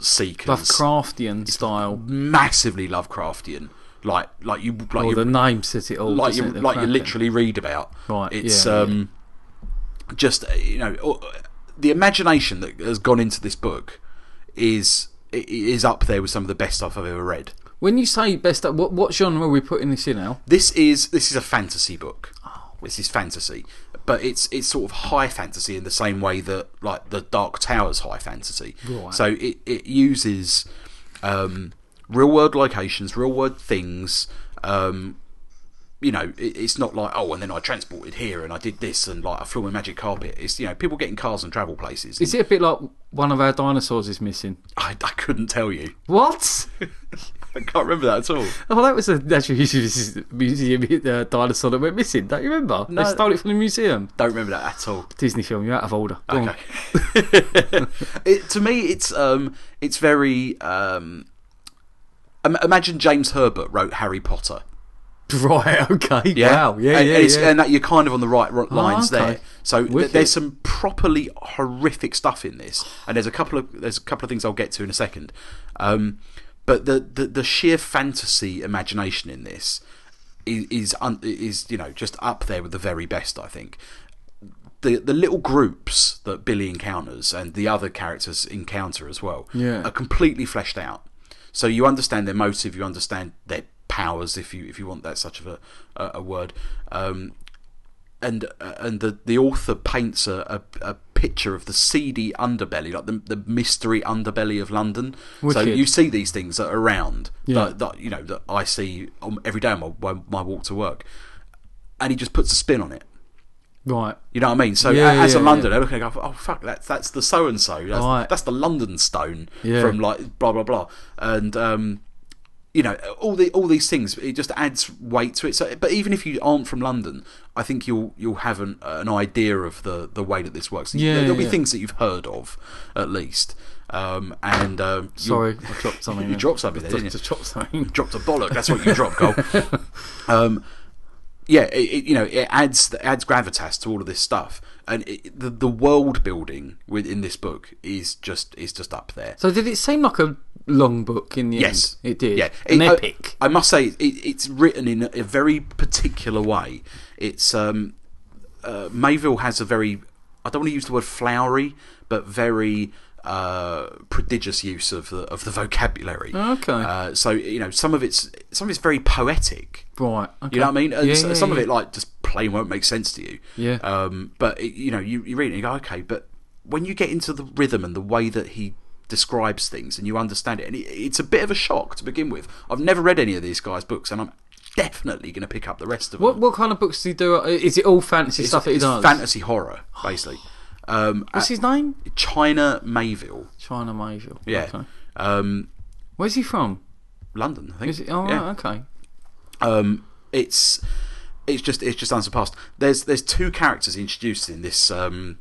S1: seekers.
S2: Lovecraftian style.
S1: massively Lovecraftian, like like you like
S2: Or
S1: you
S2: the name says it all.
S1: like
S2: doesn't
S1: you
S2: it, the
S1: like you
S2: Kraken?
S1: literally read about.
S2: Right,
S1: It's
S2: yeah, yeah.
S1: um, just uh, you know uh, the imagination that has gone into this book is i- is up there with some of the best stuff I've ever read.
S2: When you say best, what what genre are we putting this in now?
S1: This is this is a fantasy book. This is fantasy, but it's it's sort of high fantasy in the same way that like the Dark Tower's high fantasy.
S2: Right.
S1: So it it uses um, real world locations, real world things. Um, you know, it, it's not like oh, and then I transported here and I did this and like I flew a magic carpet. It's you know people get in cars and travel places.
S2: Is it a bit like one of our dinosaurs is missing?
S1: I, I couldn't tell you.
S2: What?
S1: I can't remember that at all.
S2: Oh, that was a Natural History Museum uh, dinosaur that went missing. Don't you remember?
S1: No.
S2: They stole it from the museum.
S1: Don't remember that at all.
S2: Disney film. You're out of order. Go on.
S1: Okay. it, to me, it's um, it's very um, im- imagine James Herbert wrote Harry Potter.
S2: Right. Okay.
S1: Yeah,
S2: Wow. Yeah.
S1: and,
S2: yeah.
S1: and it's-
S2: yeah. Oh,
S1: and that you're kind of on the right ro- lines
S2: okay.
S1: there. So th-
S2: Wicked.
S1: there's some properly horrific stuff in this, and there's a couple of there's a couple of things I'll get to in a second. Um, but the, the the sheer fantasy imagination in this is is, un, is you know just up there with the very best, I think the the little groups that Billy encounters and the other characters encounter as well
S2: Yeah.
S1: are completely fleshed out. So you understand their motive, you understand their powers, if you if you want that such of a a, a word. Um, and uh, and the, the author paints a, a, a picture of the seedy underbelly, like the, the mystery underbelly of London. So
S2: Wicked.
S1: you see these things that are around,
S2: Yeah.
S1: that, that you know that I see on, every day on my, my, my walk to work, and he just puts a spin on it.
S2: right.
S1: You know what I mean? So
S2: Yeah,
S1: a- as a
S2: yeah,
S1: Londoner, looking at it, I go, oh fuck, that's that's the so and so. That's
S2: Right.
S1: that's the London Stone
S2: Yeah.
S1: from like blah blah blah, and um, you know all the all these things. It just adds weight to it. So, but even if you aren't from London, I think you'll you'll have an an idea of the the way that this works.
S2: Yeah,
S1: there'll be
S2: yeah.
S1: things that you've heard of, at least. Um, and um, you'll-
S2: Sorry, I dropped something.
S1: you
S2: there.
S1: dropped something there,
S2: Just-
S1: didn't you?
S2: just dropped something.
S1: dropped a bollock. That's what you dropped, Cole. um, yeah, it, it, you know, it adds it adds gravitas to all of this stuff, and it, the the world building within this book is just is just up there.
S2: So did it seem like a long book in the
S1: Yes,
S2: end? It did.
S1: Yeah,
S2: An
S1: It- I-
S2: epic.
S1: I, must say, it, it's written in a very particular way. It's um, uh, Mayville has a very I don't want to use the word flowery, but very uh, prodigious use of the of the vocabulary.
S2: Okay.
S1: Uh, so you know, some of it's some of it's very poetic.
S2: right. Okay.
S1: You know what I mean? And
S2: Yeah,
S1: so-
S2: yeah,
S1: some of
S2: yeah.
S1: it, like, just plain won't make sense to you.
S2: Yeah.
S1: Um, but, it, you know, you, you read it and you go, okay, but when you get into the rhythm and the way that he describes things and you understand it, and it, it's a bit of a shock to begin with. I've never read any of these guys' books, and I'm definitely going to pick up the rest of
S2: What
S1: them.
S2: what kind of books do you do? Uh, Is it all fantasy
S1: It's-
S2: stuff that he
S1: it's
S2: does?
S1: fantasy horror, basically. Um,
S2: What's his name?
S1: uh, China Mayville.
S2: China Mayville.
S1: Yeah.
S2: Okay.
S1: Um,
S2: Where's he from?
S1: London, I think.
S2: Is it? Oh,
S1: Yeah.
S2: right, okay.
S1: um, it's it's just it's just unsurpassed. There's there's two characters introduced in this um,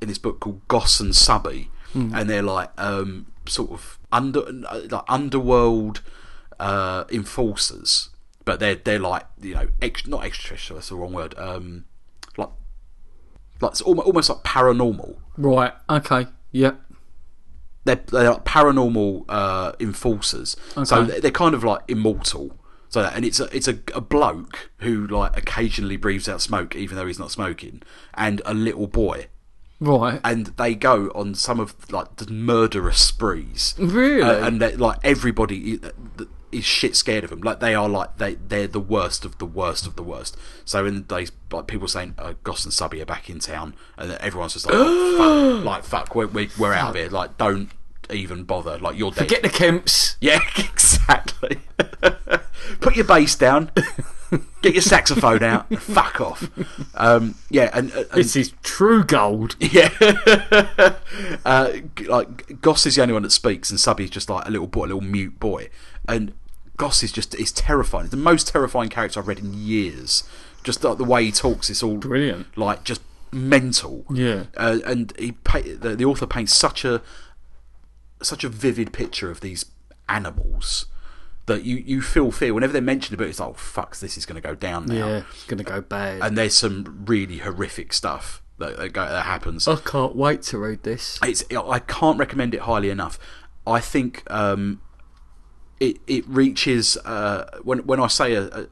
S1: in this book called Goss and Subby, and they're like um, sort of under uh, like underworld uh, enforcers, but they're they're like you know ex- not extraterrestrial. That's the wrong word. Um, like like it's almost, almost like paranormal.
S2: Right. Okay. Yep.
S1: They're, they're like paranormal uh, enforcers, so
S2: Okay.
S1: they're they're kind of like immortal. So and it's a it's a, a bloke who like occasionally breathes out smoke, even though he's not smoking, and a little boy,
S2: Right.
S1: and they go on some of like the murderous sprees.
S2: Really?
S1: Uh, and that like everybody i- th- is shit scared of them. Like they are like they they're the worst of the worst of the worst. So in they like people saying uh, Goss and Subby are back in town, and then everyone's just like, oh, fuck, like fuck, we're we're, we're out of here. Like don't even bother. Like you're dead.
S2: Get the Kemps.
S1: Yeah, exactly. Put your bass down. Get your saxophone out. and fuck off. Um, yeah, and, and
S2: This is true gold.
S1: yeah. uh, g- like Goss is the only one that speaks, and Subby's just like a little boy, a little mute boy. And Goss is just is terrifying. It's the most terrifying character I've read in years. Just like the way he talks, it's all
S2: Brilliant.
S1: like just mental.
S2: Yeah.
S1: Uh, and he pa- the, the author paints such a such a vivid picture of these animals that you you feel fear whenever they're mentioned about. it, It's like, oh fuck, this is going to go down now.
S2: Yeah. It's gonna go bad.
S1: And there's some really horrific stuff that that, go, that happens
S2: I can't wait to read this.
S1: it's I can't recommend it highly enough. I think um, it it reaches uh, when when I say a, a,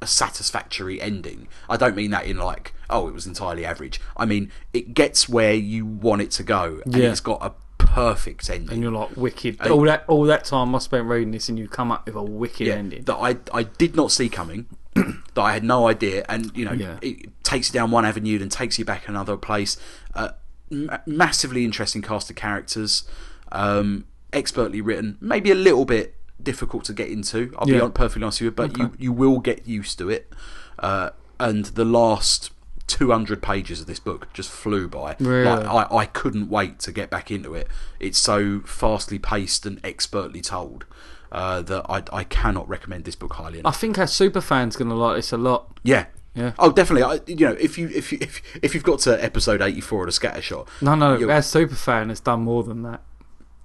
S1: a satisfactory ending. I don't mean that in like oh it was entirely average. I mean it gets where you want it to go and
S2: Yeah.
S1: it's got a perfect ending.
S2: and you're like wicked.
S1: I-
S2: all that all that time I spent reading this, and you come up with a wicked
S1: yeah,
S2: ending.
S1: that I I did not see coming, that I had no idea, and you know,
S2: Yeah.
S1: it takes you down one avenue then takes you back another place. Uh, ma- massively interesting cast of characters, um, expertly written, maybe a little bit difficult to get into. I'll be
S2: Yeah.
S1: hon- perfectly honest with you, but you you will get used to it. Uh, and the last. 200 pages of this book just flew by.
S2: Really?
S1: Like, I, I couldn't wait to get back into it. It's so fastly paced and expertly told uh, that I, I cannot recommend this book highly
S2: I
S1: enough.
S2: think our super fans gonna like this a lot.
S1: yeah.
S2: Yeah.
S1: Oh, definitely. I, you know, if you if you if, if you've got to episode eighty four of the Scattershot,
S2: No, no,
S1: You're-
S2: our super fan has done more than that.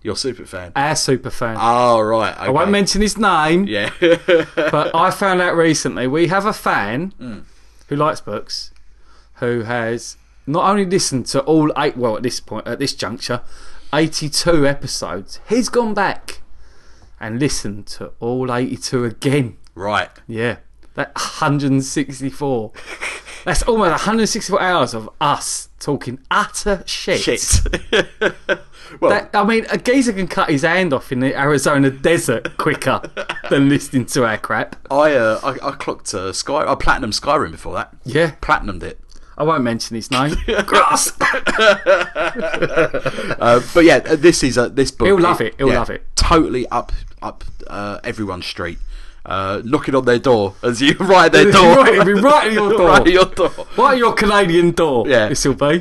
S1: you're a super fan.
S2: Our super fan.
S1: Oh right.
S2: I won't mention his name,
S1: Yeah.
S2: but I found out recently we have a fan who likes books, who has not only listened to all eight. Well, at this point, at this juncture, eighty-two episodes. He's gone back and listened to all eighty-two again.
S1: right.
S2: Yeah, that 164. That's almost 164 hours of us talking utter shit.
S1: Shit. well,
S2: That, I mean, a geezer can cut his hand off in the Arizona desert quicker than listening to our crap.
S1: I, uh, I I clocked uh, Sky. I platinum Skyrim before that.
S2: Yeah,
S1: Platinumed it.
S2: I won't mention his name. Grass.
S1: Uh, but yeah, uh, this is a this book.
S2: He'll love it, he'll love it.
S1: Totally up up uh, everyone's street. Uh, knocking on their door as you right at their door.
S2: Right, it'll be right at your door.
S1: Right at your door.
S2: Why your Canadian door?
S1: Yeah.
S2: this will be.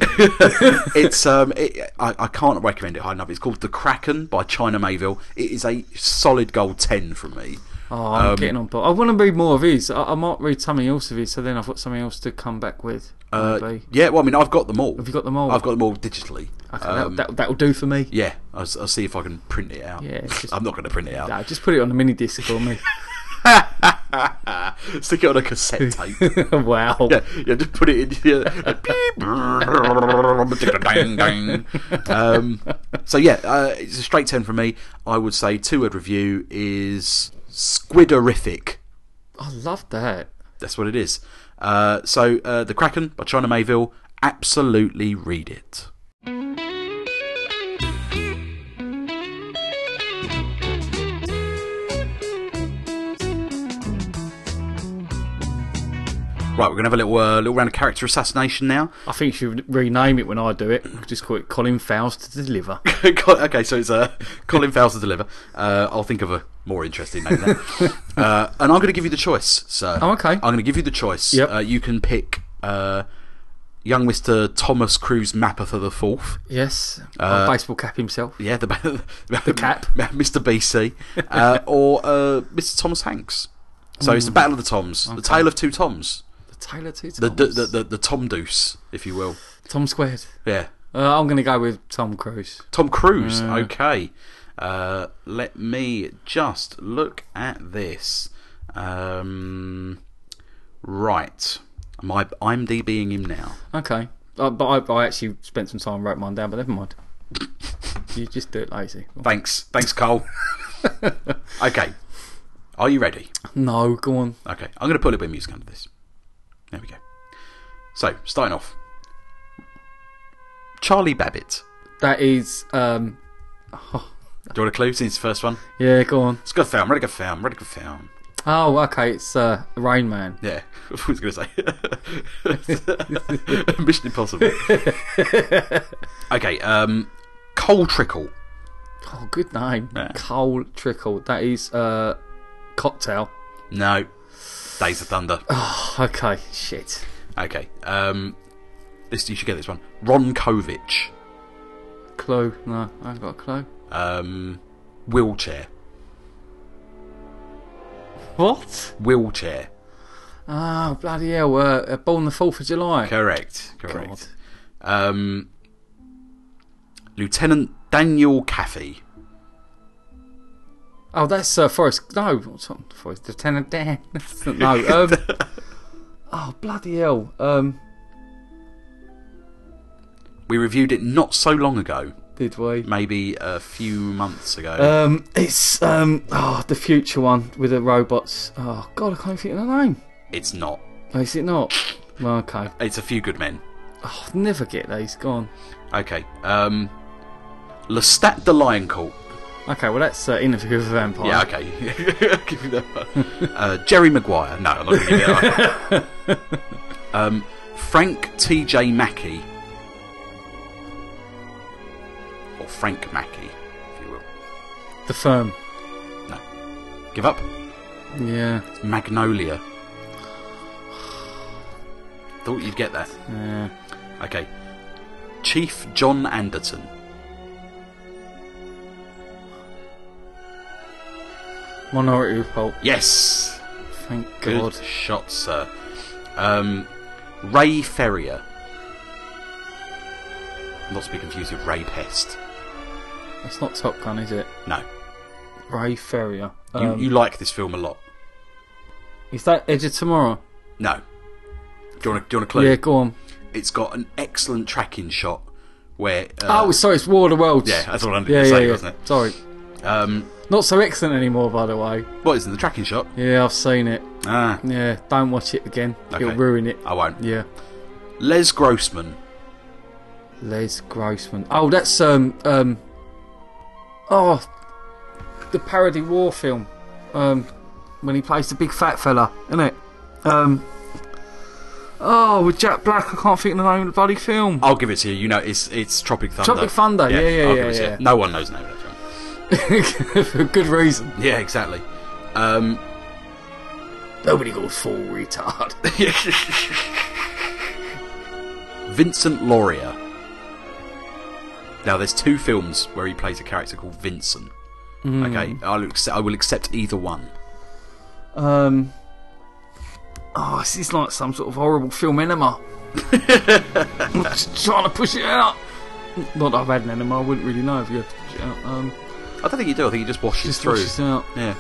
S1: it's um, it, I, I can't recommend it high enough. It's called The Kraken by China Mayville. It is a solid gold ten from me.
S2: Oh,
S1: Um,
S2: I'm getting on board. I want to read more of his. I, I might read something else of his, so then I've got something else to come back with.
S1: Uh,
S2: maybe.
S1: yeah, well, I mean, I've got them all.
S2: Have you got them all?
S1: I've got them all digitally.
S2: Okay,
S1: Um,
S2: that, that, that'll do for me.
S1: yeah, I'll, s will see if I can print it out.
S2: Yeah, it's just-
S1: I'm not going to print it out.
S2: Nah, just put it on a mini disc for me.
S1: Stick it on a cassette tape.
S2: wow.
S1: yeah, yeah, just put it in. Yeah, beep. dang, dang. Um, so yeah, uh, it's a straight ten from me. I would say two word review is squidorific.
S2: I love that.
S1: That's what it is. Uh, so uh, the Kraken by China Mayville. Absolutely read it. Right, we're gonna have a little uh, little round of character assassination now.
S2: I think you should rename it when I do it. Just call it Colin Faust to deliver.
S1: Col- okay, so it's uh, Colin fails to deliver. Uh, I'll think of a more interesting name then. uh, and I'm going to give you the choice, sir.
S2: Oh, okay.
S1: I'm going to give you the choice.
S2: Yep.
S1: Uh, you can pick uh, young Mister Thomas Cruz Mapotha the Fourth.
S2: Yes.
S1: Uh,
S2: baseball cap himself.
S1: Yeah, the,
S2: The cap.
S1: Mister BC, uh, or uh, Mister Thomas Hanks. So it's the Battle of the Toms, the Tale of Two Toms,
S2: The Taylor Two Toms.
S1: the the, the, the the Tom Deuce, if you will.
S2: Tom Squared.
S1: Yeah,
S2: Uh, I'm going to go with Tom Cruise.
S1: Tom Cruise. Okay. Uh, let me just look at this. Um, right. Am I, I'm DBing him now.
S2: Okay. Uh, but I, I actually spent some time and wrote mine down, but never mind. you just do it lazy.
S1: Thanks. Thanks, Cole. okay. Are you ready?
S2: No, go on.
S1: Okay. I'm going to put a little bit of music under this. There we go. So, starting off Charlie Babbitt.
S2: That is. um
S1: Do you want a clue since the first one?
S2: Yeah, go on.
S1: It's a good film. Really good film. Really good film.
S2: Oh, okay. It's uh, Rain Man.
S1: Yeah, I was going to say Mission Impossible. okay, um, Cole Trickle.
S2: Oh, good name.
S1: Yeah.
S2: Cole Trickle. That is uh, Cocktail.
S1: No, Days of Thunder.
S2: Okay, shit.
S1: Okay, um, this you should get this one. Ron Kovic,
S2: Clue. No, I haven't got a clue.
S1: um, wheelchair,
S2: What?
S1: wheelchair.
S2: Ah, bloody hell. Uh, uh, born the 4th of July.
S1: Correct,
S2: God.
S1: correct. Um, Lieutenant Daniel Caffey.
S2: Oh, that's uh, Forrest. No, what's on Forrest? Lieutenant Dan. That's not- no. Um, oh, bloody hell. Um,
S1: We reviewed it not so long ago,
S2: did we?
S1: maybe a few months ago.
S2: Um, it's um, oh, the future one with the robots. Oh, God, I can't think of the name.
S1: it's not.
S2: Oh, is it not? Well, okay.
S1: It's a few good men.
S2: Oh, I'd never get these. Go on.
S1: Okay. Um, Lestat the Lion Cult.
S2: Okay, well that's uh, interview with a vampire.
S1: Yeah, okay. Give me that one. Uh, Jerry Maguire. No, I'm not going to get that one. um, Frank T.J. Mackey. Or Frank Mackey, if you will.
S2: The firm.
S1: No. Give up.
S2: Yeah.
S1: Magnolia. Thought you'd get that.
S2: Yeah.
S1: Okay. Chief John Anderton.
S2: Minority Report.
S1: Yes.
S2: Thank
S1: Good
S2: God.
S1: shot, sir. Um, Ray Ferrier. Not to be confused with Ray Pest.
S2: That's not Top Gun, is it?
S1: No.
S2: Ray Ferrier.
S1: You,
S2: Um,
S1: you like this film a lot.
S2: Is that Edge of Tomorrow?
S1: No. Do you want a, do you want a clue?
S2: Yeah, go on.
S1: It's got an excellent tracking shot where. Uh,
S2: Oh, sorry, it's War of the Worlds.
S1: Yeah, that's what I wanted
S2: yeah,
S1: to
S2: yeah,
S1: say,
S2: yeah.
S1: wasn't
S2: Sorry.
S1: it? Um,
S2: Not so excellent anymore, by the way.
S1: what is in the tracking shot?
S2: Yeah, I've seen it.
S1: Ah,
S2: Yeah, don't watch it again.
S1: Okay.
S2: It'll ruin it.
S1: I won't.
S2: Yeah.
S1: Les Grossman.
S2: Les Grossman. Oh, that's um um. Oh, the parody war film, um, when he plays the big fat fella, isn't it? Um. Oh, with Jack Black, I can't think of the name of the bloody film.
S1: I'll give it to you. You know, it's it's Tropic Thunder.
S2: Tropic Thunder, yeah, yeah,
S1: I'll
S2: yeah,
S1: give it to you.
S2: yeah.
S1: No one knows the name of that film.
S2: For good reason.
S1: Yeah, exactly. Um,
S2: Nobody goes full retard.
S1: Vincent Lauria. Now, there's two films where he plays a character called Vincent.
S2: Hmm.
S1: Okay, I'll accept, I will accept either one.
S2: Um. Oh, this is like some sort of horrible film enema. I'm just trying to push it out. Not that I've had an enema, I wouldn't really know if you had to push it out. Um,
S1: I don't think you do. I think he just washes
S2: just
S1: through.
S2: pushes out.
S1: Yeah.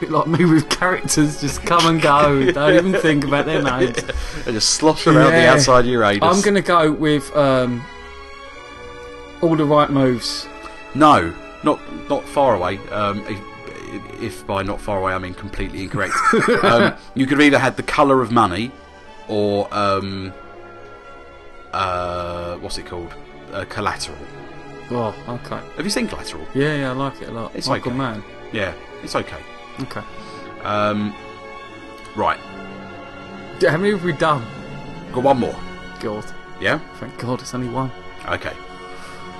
S2: bit like me with characters, just come and go. Don't even think about their names.
S1: They just slosh around the
S2: Yeah.
S1: outside of your anus.
S2: I'm gonna go with um, all the right moves.
S1: No, not not far away. Um, if, if by not far away I mean completely incorrect, um, you could have either had the color of money, or um, uh, what's it called? Uh, collateral.
S2: Oh, okay.
S1: Have you seen Collateral?
S2: Yeah, yeah, I like it a lot.
S1: It's
S2: Michael
S1: okay.
S2: Mann.
S1: Yeah, it's okay.
S2: Okay.
S1: Um, right,
S2: D- How many have we done?
S1: got one more.
S2: God,
S1: Yeah,
S2: thank God, it's only one.
S1: okay.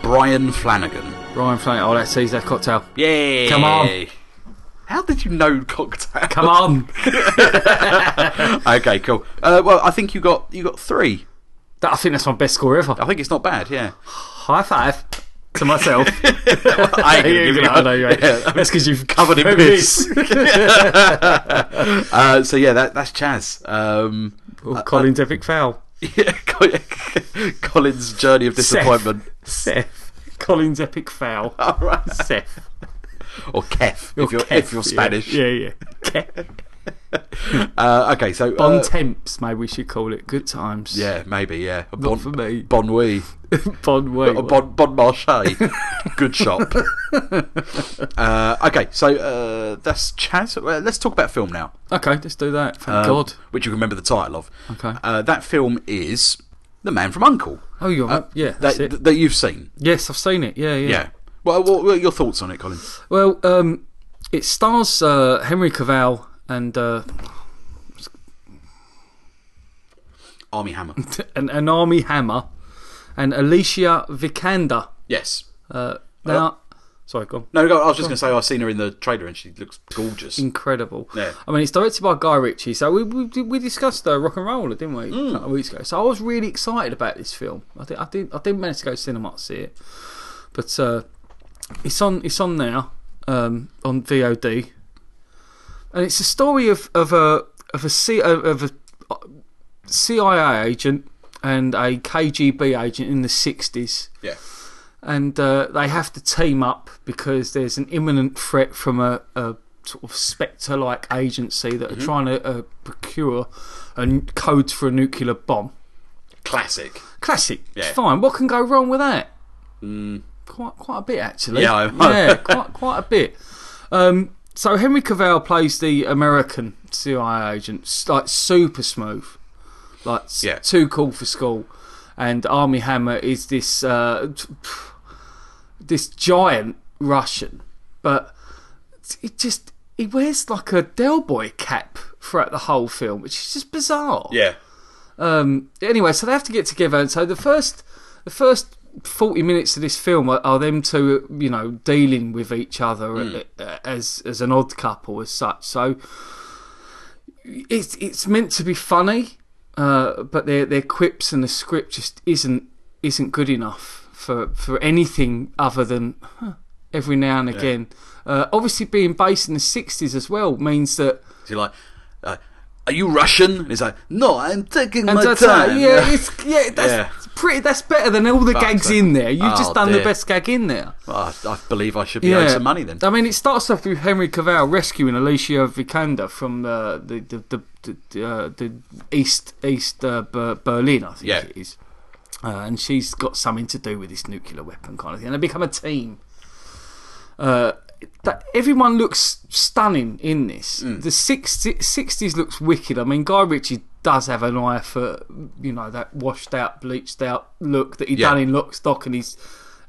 S1: Brian Flanagan.
S2: Ryan Flanagan. Oh, that's that cocktail.
S1: Yay!
S2: Come on.
S1: How did you know cocktail?
S2: Come on.
S1: okay, cool. Uh, well, I think you got you got three.
S2: That, I think that's my best score ever.
S1: I think it's not bad. Yeah.
S2: High five to myself.
S1: I ain't
S2: Yeah,
S1: gonna give it
S2: I know you ain't.
S1: Yeah,
S2: That's because you've
S1: covered in
S2: Very
S1: piss. uh, so yeah, that, that's Chaz. Um,
S2: Oh, Colin's epic foul.
S1: yeah, Col- Colin's journey of disappointment,
S2: Seth. Colin's epic foul.
S1: All right.
S2: Seth.
S1: or Kef if you're
S2: Kef,
S1: if you're
S2: yeah.
S1: Spanish.
S2: Yeah, yeah. Kef.
S1: Uh, okay, so uh,
S2: Bon temps, maybe we should call it. Good times.
S1: yeah, maybe yeah. A
S2: for me.
S1: Bon oui.
S2: Bon way.
S1: A Bon Bon Marché. Good shop. uh, okay, so uh, that's Chaz. Well, let's talk about film now.
S2: Okay, let's do that.
S1: um,
S2: Thank God.
S1: which you can remember the title of.
S2: Okay.
S1: Uh, that film is The Man from Uncle.
S2: Oh, you're right. Yeah, that's
S1: that,
S2: it.
S1: that you've seen.
S2: yes, I've seen it. Yeah, yeah.
S1: uh, Yeah. Well, what were your thoughts on it, Colin?
S2: Well, um, it stars uh, Henry Cavill and uh,
S1: Army Hammer.
S2: an, an army hammer and Alicia Vikander.
S1: yes.
S2: Uh, now, sorry, go on.
S1: No, no, I was just going to say I've seen her in the trailer and she looks gorgeous.
S2: incredible.
S1: Yeah.
S2: I mean, it's directed by Guy Ritchie, so we we, we discussed uh, Rock and Roller, didn't we, a couple of weeks ago? So I was really excited about this film. I did, I did, I did manage to go to cinema to see it, but uh, it's on it's on now um, on VOD, and it's a story of of a of a C, of of a uh, CIA agent and a KGB agent in the sixties
S1: Yeah.
S2: and uh, they have to team up because there's an imminent threat from a, a sort of spectre-like agency that are trying to uh, procure a n- code for a nuclear bomb.
S1: Classic.
S2: Classic. It's
S1: Yeah. Mm.
S2: Fine. What can go wrong with that? Quite quite a bit actually.
S1: Yeah, I-
S2: yeah, quite quite a bit. Um, so Henry Cavill plays the American CIA agent, s- like super smooth, like s-
S1: Yeah.
S2: too cool for school. And Army Hammer is this uh, t- this giant Russian, but he just he wears like a Del Boy cap throughout the whole film, which is just bizarre.
S1: Yeah.
S2: Um, anyway, so they have to get together, and so the first the first forty minutes of this film are, are them two, you know, dealing with each other uh, as as an odd couple as such. So it's it's meant to be funny, uh, but their their quips and the script just isn't isn't good enough for for anything other than huh, every now and again. Uh, obviously, being based in the '60s as well means that
S1: So you're like, uh, are you Russian? And he's like, no, I'm taking my
S2: that's
S1: time.
S2: it. Yeah, it's yeah, that's
S1: Yeah.
S2: pretty. That's better than all the gags
S1: sake.
S2: in there. You've
S1: Oh,
S2: just done
S1: dear.
S2: the best gag in there.
S1: Well, I, I believe I should be
S2: Yeah,
S1: owed some money then.
S2: I mean, it starts off with Henry Cavill rescuing Alicia Vikander from the the the the, the, the, uh, the East East uh, Ber- Berlin, I think
S1: Yeah.
S2: it is. Uh, and she's got something to do with this nuclear weapon kind of thing. And they become a team. Uh, that everyone looks stunning in this. The 60, 60s looks wicked. I mean, Guy Ritchie does have an eye for you know that washed out, bleached out look that he
S1: Yeah.
S2: done in Lock, Stock, and he's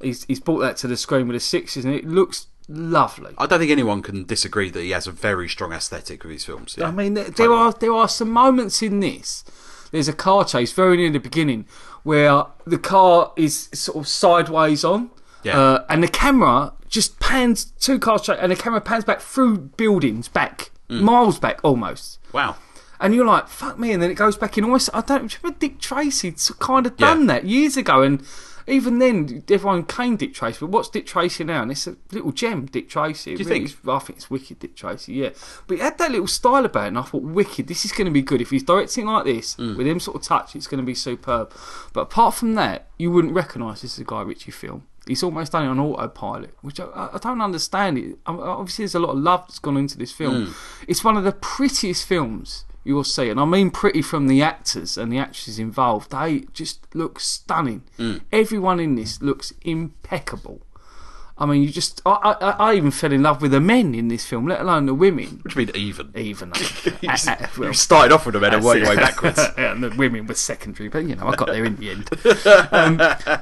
S2: he's he's brought that to the screen with the sixties, and it looks lovely.
S1: I don't think anyone can disagree that he has a very strong aesthetic with his films. Yeah.
S2: I mean, there, there are there are some moments in this. There's a car chase very near the beginning where the car is sort of sideways on,
S1: Yeah.
S2: uh, and the camera just pans two cars straight, and the camera pans back through buildings, back
S1: Mm.
S2: miles back almost.
S1: wow.
S2: And you're like, fuck me, and then it goes back in. Almost, I don't remember Dick Tracy kind of
S1: Yeah.
S2: done that years ago, and even then, everyone caned Dick Tracy. But what's Dick Tracy now? And it's a little gem, Dick Tracy. Do
S1: you think?
S2: I think it's wicked, Dick Tracy. Yeah, but he had that little style about it, and I thought, wicked. This is going to be good if he's directing like this
S1: Mm.
S2: with him sort of touch. It's going to be superb. But apart from that, you wouldn't recognise this is a Guy Ritchie film. He's almost done it on autopilot, which I, I I don't understand. It I- obviously there's a lot of love that's gone into this film.
S1: Mm.
S2: It's one of the prettiest films you'll see, and I mean pretty from the actors and the actresses involved. They just look stunning.
S1: Mm.
S2: Everyone in this looks impeccable. I mean, you just. I, I, I- I even fell in love with the men in this film, let alone the women.
S1: Which means even.
S2: Even though.
S1: You,
S2: uh,
S1: s-
S2: uh, well,
S1: you started off with a man and worked your way backwards.
S2: yeah, and the women were secondary, but you know, I got there in the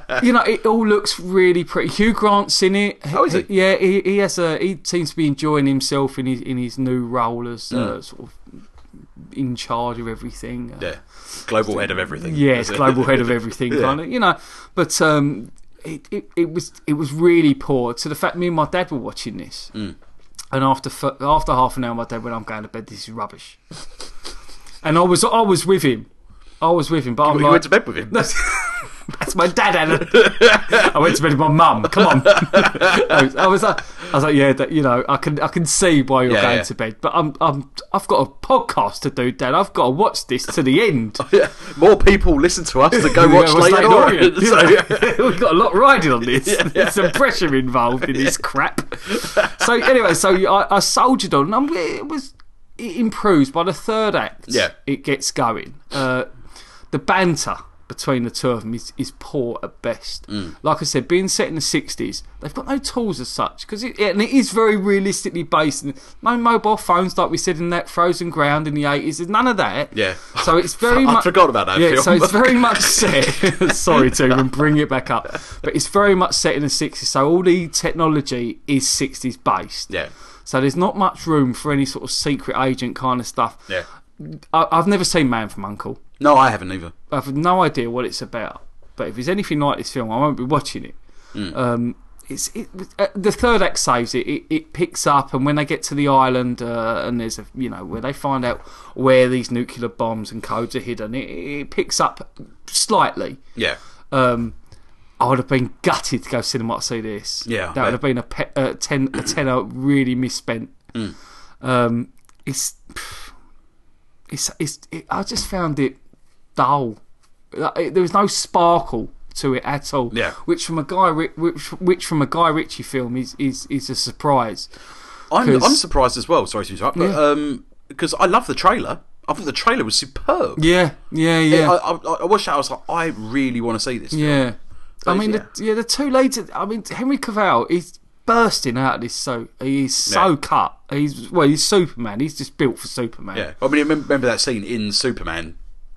S2: end. Um, you know, it all looks really pretty. Hugh Grant's in it.
S1: Oh, is he?
S2: Yeah, he, he has a. He seems to be enjoying himself in his in his new role as uh,
S1: Mm.
S2: sort of in charge of everything. Uh,
S1: Yeah. Global head of everything.
S2: yeah,
S1: Is
S2: it's
S1: it?
S2: global head of everything, kind of, you know. But um, it, it it was it was really poor to the fact me and my dad were watching this,
S1: Mm.
S2: and after f- after half an hour, my dad went, "I'm going to bed. This is rubbish," and I was I was with him, I was with him, but I'm
S1: You
S2: like,
S1: went to bed with him.
S2: that's, that's my dad, Alan. I went to bed with my mum. Come on. I, was, I was like, I was like, yeah, that, you know, I can, I can see why you're
S1: Yeah,
S2: going
S1: yeah.
S2: to bed, but I'm, I'm, I've got a podcast to do, Dad. I've got to watch this to the end.
S1: Yeah. More people listen to us than go
S2: Yeah,
S1: watch Late
S2: what's that
S1: in Orient.
S2: Orient?
S1: So,
S2: You know, We've got a lot riding on this. There's some pressure involved in this crap. So anyway, so I, I soldiered on. And it was it improves by the third act.
S1: Yeah.
S2: it gets going. Uh, the banter between the two of them is, is poor at best.
S1: Mm.
S2: Like I said, being set in the '60s, they've got no tools as such because it, and it is very realistically based. And no mobile phones, like we said in that frozen ground in the '80s. There's none of that.
S1: Yeah.
S2: So it's very
S1: I
S2: much.
S1: forgot about that
S2: Yeah.
S1: film.
S2: So it's very much set. sorry to even bring it back up, but it's very much set in the '60s. So all the technology is '60s based.
S1: yeah.
S2: So there's not much room for any sort of secret agent kind of stuff.
S1: Yeah.
S2: I, I've never seen Man from Uncle.
S1: No, I haven't either.
S2: I've no idea what it's about. But if it's anything like this film, I won't be watching it.
S1: Hmm.
S2: Um, it's it, uh, the third act saves it. it. It picks up, and when they get to the island, uh, and there's a you know where they find out where these nuclear bombs and codes are hidden, it, it picks up slightly.
S1: Yeah.
S2: Um, I would have been gutted to go cinema to see this.
S1: Yeah, I
S2: that would
S1: bet.
S2: have been a, pe- a ten a tenner really misspent. Um, it's it's it's it, I just found it dull. Like, it- There was no sparkle to it at all.
S1: Yeah.
S2: which from a guy Ri- which which from a Guy Ritchie film is is is a surprise.
S1: I'm,
S2: 'Cause-
S1: I'm surprised as well. Sorry to interrupt, but
S2: Yeah.
S1: um 'cause because I love the trailer. I thought the trailer was superb.
S2: Yeah, yeah, yeah.
S1: I, I, I watched that. I was like, I really want to see this. film.
S2: Yeah. I
S1: Those-
S2: mean,
S1: yeah.
S2: The, yeah, the two leads. I mean, Henry Cavill is bursting out of this. So he is so
S1: Yeah.
S2: cut. He's well, he's Superman. He's just built for Superman.
S1: Yeah. I mean, remember, remember that scene in Superman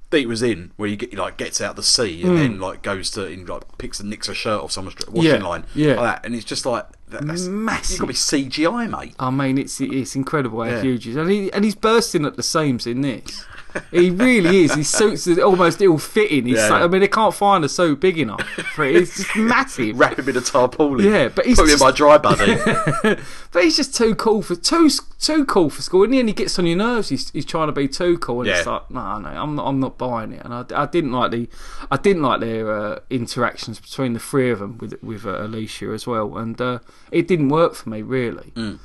S1: that he was in, where he, get, he like gets out the sea and then like goes to and like picks and nicks a shirt off someone's dr- washing
S2: Mm. Yeah,
S1: line,
S2: yeah.
S1: like that, and it's just like that, that's
S2: Massive.
S1: You've got to be CGI, mate.
S2: I mean, it's it's incredible how
S1: Yeah.
S2: huge he is, and he and he's bursting at the seams in this. He really is. His suits are almost ill-fitting. He's
S1: Yeah,
S2: so,
S1: yeah.
S2: I mean, they can't find a suit big enough for it. It's just massive.
S1: Wrap him in a tarpaulin.
S2: Yeah, but he's
S1: put him
S2: just-
S1: in my dry buddy.
S2: But he's just too cool for too too cool for school. In the end, he gets on your nerves. He's, he's trying to be too cool, and it's
S1: Yeah.
S2: like, no, no, I'm not, I'm not buying it. And I, I didn't like the, I didn't like their uh, interactions between the three of them with with uh, Alicia as well, and uh, it didn't work for me really.
S1: Mm.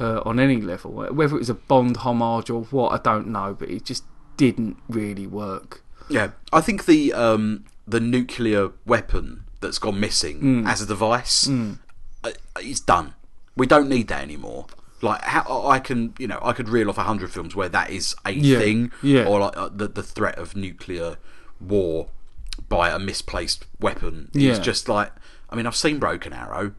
S2: Uh, on any level, whether it was a Bond homage or what, I don't know, but it just didn't really work.
S1: Yeah, I think the um, the nuclear weapon that's gone missing
S2: Mm.
S1: as a device uh, is done. We don't need that anymore. Like how I can, you know, I could reel off a hundred films where that is a
S2: Yeah,
S1: thing,
S2: yeah.
S1: or like uh, the the threat of nuclear war by a misplaced weapon
S2: Yeah.
S1: is just like. I mean, I've seen Broken Arrow.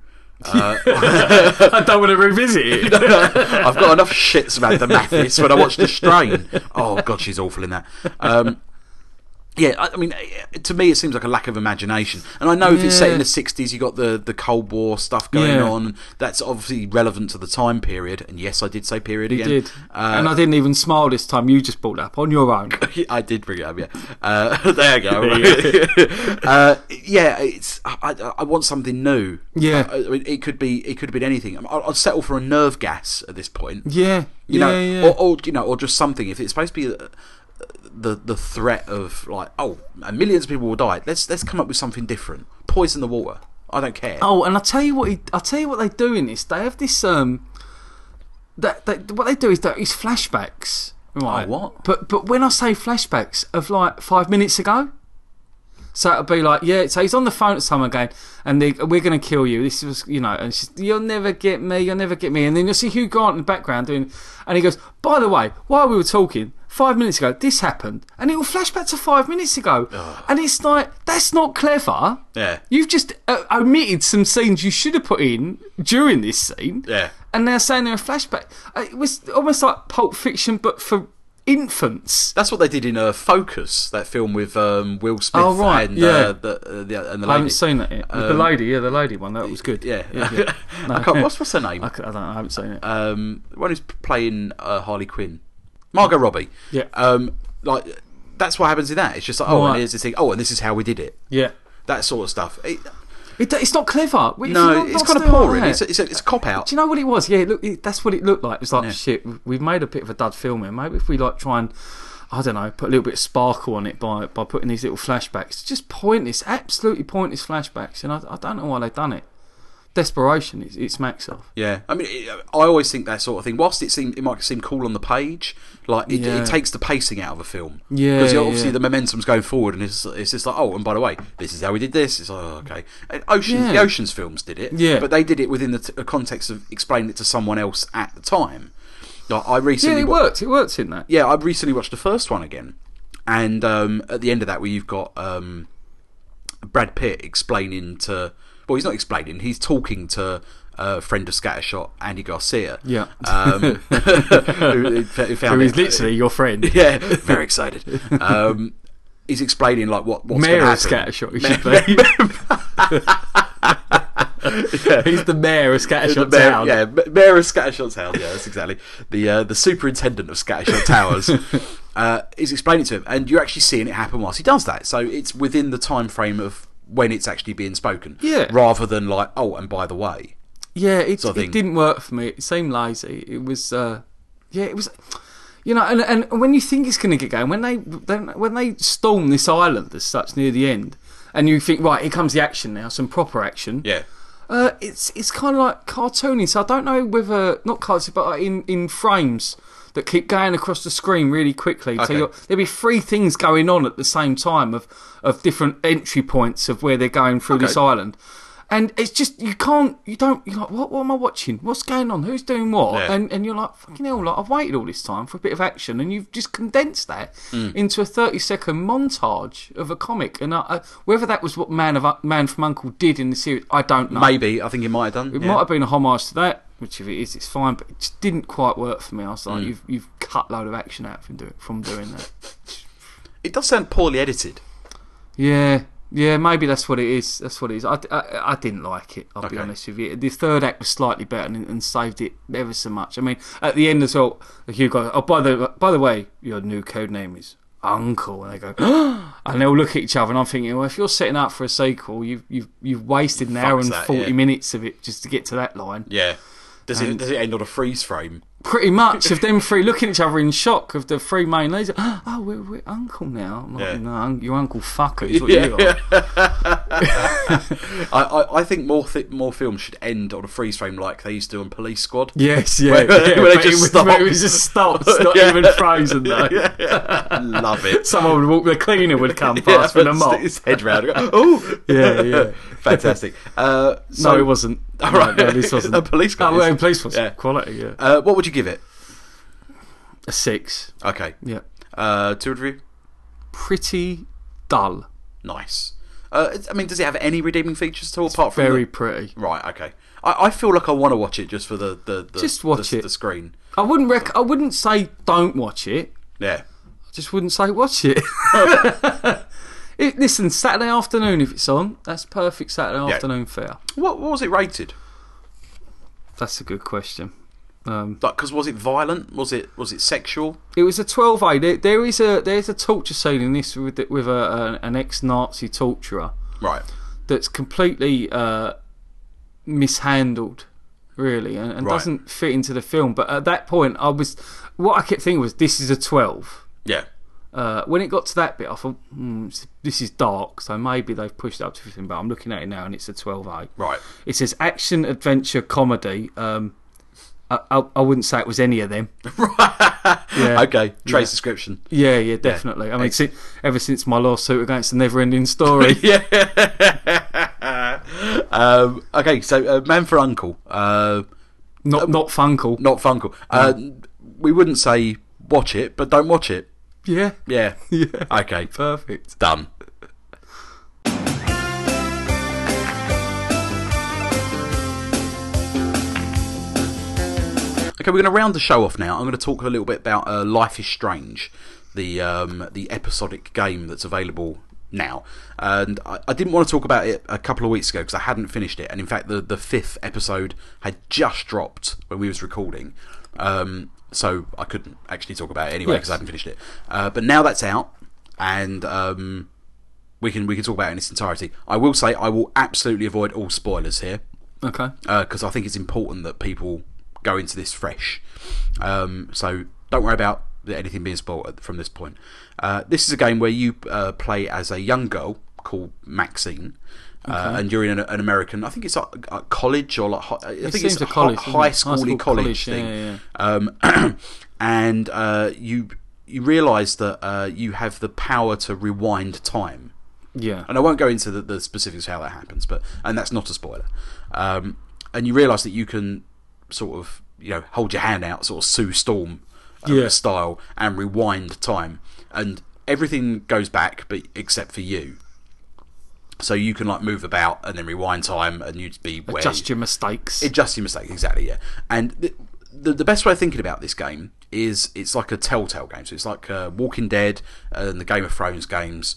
S1: Uh,
S2: I don't want to revisit it.
S1: I've got enough shits about the Mathis when I watch The Strain. Oh god, she's awful in that. Um, yeah, I, I mean, eh, to me, it seems like a lack of imagination. And I know if it's set in
S2: Yeah.
S1: the '60s, you got the the Cold War stuff going
S2: Yeah.
S1: on. That's obviously relevant to the time period. And yes, I did say period
S2: You
S1: again.
S2: did, and
S1: Uh,
S2: I didn't even smile this time. You just brought that up on your own.
S1: I did bring it up, yeah. Uh, there you go.
S2: There
S1: uh, yeah, it's. I, I- I want something new.
S2: Yeah.
S1: I, I mean, it could be. It could have been anything. I- I'll, I'll settle for a nerve gas at this point.
S2: Yeah,
S1: you
S2: yeah,
S1: know,
S2: yeah.
S1: Or, or you know, or just something. If it's supposed to be the, the the threat of like, oh, millions of people will die. Let's let's come up with something different. Poison the water. I don't care.
S2: Oh, and I tell you what, he, I tell you what they do in this. They have this um, that they, what they do is that is flashbacks. Right.
S1: what?
S2: But but when I say flashbacks of like five minutes ago, so it'll be like yeah. So he's on the phone to someone again, and they we're gonna kill you. This was you know, and she's you'll never get me, you'll never get me. And then you'll see Hugh Grant in the background doing, and he goes, by the way, while we were talking. Five minutes ago, this happened, and it will flash back to five minutes ago, and it's like that's not clever.
S1: Yeah.
S2: You've just uh, omitted some scenes you should have put in during this scene.
S1: Yeah.
S2: And now saying they're a flashback. Uh, It was almost like Pulp Fiction, but for infants.
S1: That's what they did in uh, Focus, that film with um, Will Smith
S2: Oh, right,
S1: and,
S2: yeah.
S1: uh, the, uh, the and the lady. Um,
S2: I haven't seen that yet. With the lady, yeah, the lady one. That was good.
S1: Yeah,
S2: yeah.
S1: I can't. What's what's her
S2: I,
S1: name?
S2: c- I don't know, I haven't seen it.
S1: um, one who's playing uh, Harley Quinn, Margot Robbie.
S2: Yeah.
S1: Um, like that's what happens in that. It's just like, oh,
S2: Right.
S1: and here's this thing. Oh, and this is how we did it.
S2: yeah.
S1: That sort of stuff. It,
S2: It, do- it's not clever. If
S1: no,
S2: you not-
S1: it's
S2: not
S1: kind of
S2: do it like
S1: pouring.
S2: that-
S1: It's a, it's a, it's a cop out.
S2: Do you know what it was? Yeah, it look, it, that's what it looked like. It was like
S1: Yeah.
S2: shit. We've made a bit of a dud film here. Maybe if we like try and I don't know, put a little bit of sparkle on it by by putting these little flashbacks. Just pointless, absolutely pointless flashbacks. And I, I don't know why they've done it. Desperation, it's, it's max off.
S1: Yeah, I mean, it, I always think that sort of thing. Whilst it seem it might seem cool on the page, like it,
S2: Yeah.
S1: it takes the pacing out of a film.
S2: Yeah,
S1: because obviously
S2: yeah.
S1: the momentum's going forward, and it's it's just like, oh, and by the way, this is how we did this. It's like, oh, okay, and Ocean
S2: Yeah.
S1: the Ocean's films did it.
S2: Yeah.
S1: but they did it within the t- context of explaining it to someone else at the time. Like I
S2: Yeah,
S1: recently
S2: it
S1: wa-
S2: worked. It worked in that.
S1: yeah, I recently watched the first one again, and um, at the end of that, where you've got um, Brad Pitt explaining to, well, he's not explaining, he's talking to uh, friend of Scattershot, Andy Garcia.
S2: Yeah.
S1: um, who, who found
S2: Who is
S1: it-
S2: literally your friend,
S1: yeah, very excited. Um, he's explaining like what what's
S2: mayor
S1: gonna
S2: of
S1: happen.
S2: Scattershot. You should be. He's the mayor of
S1: The
S2: Scattershot
S1: mayor,
S2: Town.
S1: Yeah, m- mayor of Scattershot Town. Yeah, that's exactly the uh, the superintendent of Scattershot Towers. uh, is explaining to him, and you're actually seeing it happen whilst he does that. So it's within the time frame of when it's actually being spoken.
S2: Yeah.
S1: Rather than like, oh, and by the way,
S2: Yeah, it,
S1: sort of
S2: it
S1: thing.
S2: didn't work for me. It seemed lazy. It was, uh, yeah, it was, you know, and, and when you think it's going to get going, when they then when they storm this island as such near the end, and you think, right, here comes the action now, some proper action.
S1: yeah,
S2: Uh, it's it's kind of like cartoony. So I don't know whether not cartoony, but like in in frames that keep going across the screen really quickly. So
S1: Okay.
S2: you're, there'll be three things going on at the same time of of different entry points of where they're going through this island. And it's just you can't, you don't, you're like, what? What am I watching? What's going on? Who's doing what?
S1: Yeah.
S2: And and you're like, fucking hell! Like I've waited all this time for a bit of action, and you've just condensed that
S1: Mm.
S2: into a thirty second montage of a comic. And I, I, whether that was what Man of Man from Uncle did in the series, I don't know.
S1: maybe I think he might have done.
S2: It might have been a homage to that, which if it is, it's fine. But it just
S1: Mm.
S2: didn't quite work for me. I was like, you've you've cut a load of action out from doing from doing that.
S1: It does sound poorly edited.
S2: Yeah, yeah, maybe that's what it is. That's what it is. I, I, I didn't like it. I'll
S1: Okay.
S2: be honest with you. The third act was slightly better and, and saved it ever so much. I mean, at the end as well, Hugh goes, "Oh, by the by the way, your new code name is Uncle," and they go, and they'll look at each other, and I'm thinking, well, if you're setting up for a sequel, you've you've you've wasted an hour
S1: fucked
S2: and
S1: that,
S2: forty
S1: yeah.
S2: minutes of it just to get to that line.
S1: Yeah. Does it, does it end on a freeze frame?
S2: Pretty much of them three looking at each other in shock of the three main ladies. Oh, we're, we're uncle now. I'm like,
S1: Yeah.
S2: no, un- your uncle fucker is what you are.
S1: I, I, I think more th- more films should end on a freeze frame like they used to on Police Squad.
S2: Yes, yeah.
S1: Where-
S2: yeah,
S1: where they
S2: but
S1: just
S2: it, was-
S1: stop.
S2: but It was just stopped, not
S1: Yeah.
S2: even frozen though.
S1: Love it.
S2: Someone would walk, the cleaner would come past with a mop.
S1: Stick his head round. Oh,
S2: Yeah, yeah.
S1: fantastic. Uh, so
S2: no, it wasn't.
S1: All
S2: No,
S1: right.
S2: no, this wasn't.
S1: A police car
S2: Oh,
S1: is.
S2: well, police was
S1: Yeah.
S2: quality. Yeah,
S1: Uh, what would you give it?
S2: a six.
S1: Okay.
S2: Yeah,
S1: Uh, two review.
S2: pretty dull.
S1: Nice. Uh, it's- I mean, does it have any redeeming features at all? apart from
S2: Very
S1: the-
S2: pretty.
S1: right. Okay. I, I feel like I want to watch it just for the the, the
S2: Just watch
S1: the,
S2: it.
S1: the screen.
S2: I wouldn't rec- I wouldn't say don't watch it.
S1: Yeah.
S2: I just wouldn't say watch it. it listen, Saturday afternoon if it's on, that's perfect Saturday
S1: Yeah.
S2: afternoon fare.
S1: What, what was it rated?
S2: That's a good question. Um,
S1: Like, because was it violent? Was it was it sexual?
S2: It was a 12 A. There, there is a there's a torture scene in this with with a, a, an ex Nazi torturer
S1: Right.
S2: that's completely uh, mishandled, really, and, and
S1: Right.
S2: doesn't fit into the film. But at that point, I was what I kept thinking was this is a 12.
S1: Yeah.
S2: Uh, when it got to that bit, I thought mm, s- this is dark, so maybe they've pushed it up to 15. But I'm looking at it now, and it's a 12 A.
S1: Right.
S2: It says action adventure comedy. Um, I, I, I wouldn't say it was any of them. Yeah.
S1: Okay. Trace description.
S2: Yeah, yeah, definitely. I mean, si- ever since my lawsuit against the Neverending Story,
S1: Yeah. um, okay. So, uh, man for uncle. Uh,
S2: not not Funkle.
S1: not Funkle. Uh, We wouldn't say watch it, but don't watch it.
S2: Yeah,
S1: Yeah.
S2: yeah,
S1: Okay.
S2: perfect.
S1: Done. Okay, we're going to round the show off now. I'm going to talk a little bit about uh, Life is Strange, the um, the episodic game that's available now. And I, I didn't want to talk about it a couple of weeks ago because I hadn't finished it. And in fact, the, the fifth episode had just dropped when we was recording. Um, so I couldn't actually talk about it anyway
S2: Yes.
S1: because I hadn't finished it. Uh, but now that's out, and um, we can we can talk about it in its entirety. I will say I will absolutely avoid all spoilers here
S2: Okay,
S1: because Uh, I think it's important that people go into this fresh. Um, so don't worry about the- anything being spoiled at- from this point. Uh, this is a game where you uh, play as a young girl called Maxine. Uh, and you're in an, an American. I think it's like a college or like hi- I think
S2: seems
S1: it's
S2: a college,
S1: hi-
S2: isn't
S1: high
S2: it? High
S1: school,
S2: school
S1: college,
S2: college, yeah,
S1: thing.
S2: yeah,
S1: Um, and uh, you you realise that uh, you have the power to rewind time
S2: yeah,
S1: and I won't go into the, the specifics of how that happens, but and that's not a spoiler. Um, and you realise that you can sort of you know hold your hand out, sort of Sue Storm um,
S2: Yeah.
S1: style, and rewind time, and everything goes back, but except for you. So you can like move about and then rewind time, and you'd be where
S2: just your mistakes.
S1: Adjust your mistake, exactly, yeah. And the, the, the best way of thinking about this game is it's like a Telltale game. So it's like uh, Walking Dead uh, and the Game of Thrones games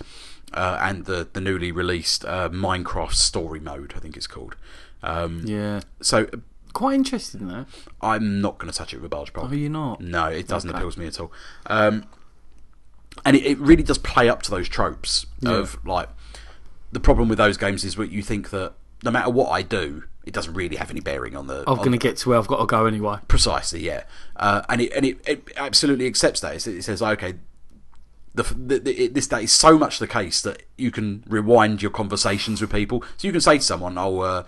S1: uh, and the, the newly released uh, Minecraft Story Mode, I think it's called. Um,
S2: yeah,
S1: so
S2: quite interesting though.
S1: I'm not going to touch it with a barge pole.
S2: Are you not?
S1: No, it doesn't appeal to me at all. Um, and it, it really does play up to those tropes of like the problem with those games is what you think that no matter what I do, it doesn't really have any bearing on the.
S2: I'm
S1: on
S2: gonna get to where I've got to go anyway.
S1: precisely yeah uh, and it and it, it absolutely accepts that It's- it says okay the, f- the, the, it, this that is so much the case that you can rewind your conversations with people so you can say to someone oh uh,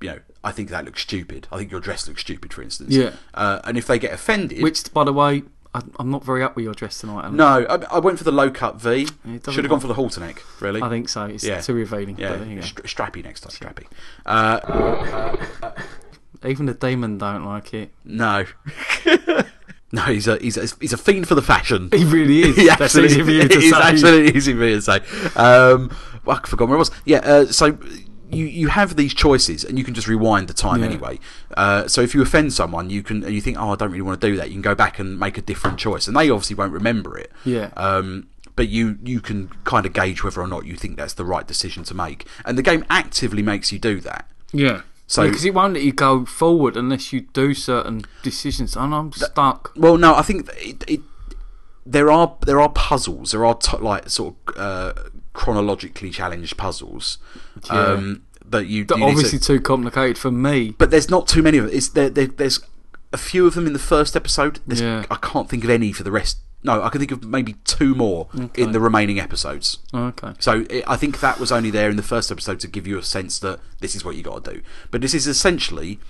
S1: you know i think that looks stupid i think your dress looks stupid for instance
S2: Yeah.
S1: uh, and if they get offended
S2: Which, by the way, I, I'm not very up with your dress tonight. Alan.
S1: no I, I went for the low cut v
S2: doesn't
S1: should have gone for the halter neck really
S2: I think so. It's
S1: Yeah.
S2: too revealing.
S1: yeah,
S2: But there you
S1: Stra- strappy next time strappy uh,
S2: go. Even the demon don't like it.
S1: no no he's a he's a he's a fiend for the fashion
S2: He really is.
S1: Yeah,
S2: That's easy for you to
S1: it is
S2: say.
S1: absolutely easy for me to say. Um, well, I forgot where I was. Yeah, uh, so you you have these choices, and you can just rewind the time
S2: Yeah.
S1: anyway. Uh, so if you offend someone, you can and you think, oh, I don't really want to do that. You can go back and make a different choice, and they obviously won't remember it.
S2: Yeah.
S1: Um, but you you can kind of gauge whether or not you think that's the right decision to make. And the game actively makes you do that.
S2: Yeah.
S1: So-
S2: because it won't let you go forward unless you do certain decisions, and I'm stuck.
S1: Well, no, I think it, it, there are there are puzzles. There are t- like sort of uh, chronologically challenged puzzles um, that you,
S2: That
S1: you need to-
S2: obviously too complicated for me.
S1: but there's not too many of them. It's there, there, there's a few of them in the first episode. There's,
S2: Yeah.
S1: I can't think of any for the rest. No, I can think of maybe two more in the remaining episodes.
S2: Oh, okay.
S1: So it, I think that was only there in the first episode to give you a sense that this is what you got to do. But this is essentially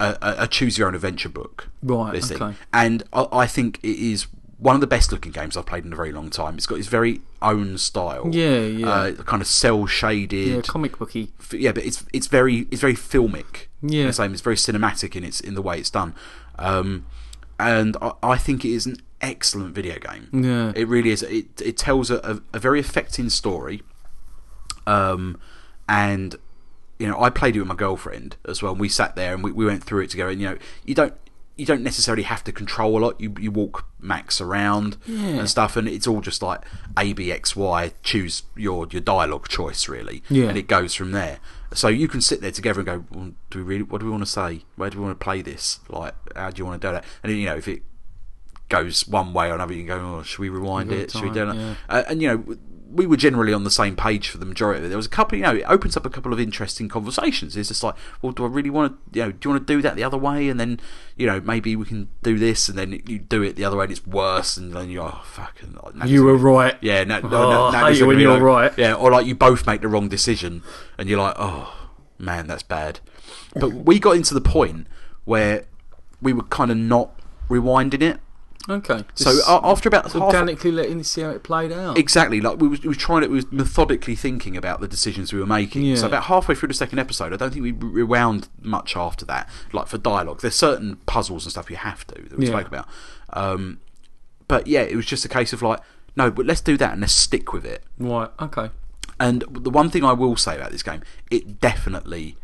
S1: a, a, a choose your own adventure book.
S2: Right,
S1: This
S2: okay.
S1: thing, and I, I think it is one of the best looking games I've played in a very long time. It's got its very own style.
S2: Yeah, yeah.
S1: Uh, kind of cell
S2: Yeah,
S1: shaded.
S2: comic booky.
S1: f- yeah, but it's it's very it's very filmic.
S2: Yeah.
S1: the same. It's very cinematic in its in the way it's done, um, and I, I think it is an excellent video game.
S2: Yeah.
S1: it really is. It it tells a, a, a very affecting story, um, and you know I played it with my girlfriend as well. and We sat there and we, we went through it together. And you know you don't you don't necessarily have to control a lot. You you walk Max around and stuff, and it's all just like A B X Y. Choose your your dialogue choice really,
S2: Yeah.
S1: and it goes from there. So you can sit there together and go, well, do we really? What do we want to say? Where do we want to play this? Like, how do you want to do that? And you know, if it goes one way or another, you can go, oh, should we rewind
S2: Rewind
S1: it? Should we do
S2: time,
S1: that?
S2: yeah.
S1: Uh, and you know, we were generally on the same page for the majority of it. There was a couple, you know, it opens up a couple of interesting conversations. It's just like, well, do I really want to, you know, do you want to do that the other way? And then, you know, maybe we can do this, and then you do it the other way, and it's worse, and then you're oh, fucking. oh, no,
S2: You were right.
S1: yeah, no, no,
S2: Oh,
S1: no,
S2: I
S1: no,
S2: hate
S1: this
S2: you
S1: is
S2: when
S1: gonna be
S2: you're
S1: like-
S2: right.
S1: Yeah, or like you both make the wrong decision, and you're like, oh man, that's bad. But we got into the point where we were kind of not rewinding it.
S2: Okay.
S1: So
S2: Just
S1: a- after about half,
S2: organically letting you see how it played out.
S1: Exactly. Like we was, we was trying to, we was methodically thinking about the decisions we were making.
S2: Yeah.
S1: So about halfway through the second episode, I don't think we rewound much after that. Like for dialogue, there's certain puzzles and stuff you have to that we
S2: Yeah.
S1: spoke about. Um, but yeah, it was just a case of like, no, but let's do that and let's stick with it.
S2: right. Okay.
S1: And the one thing I will say about this game, it definitely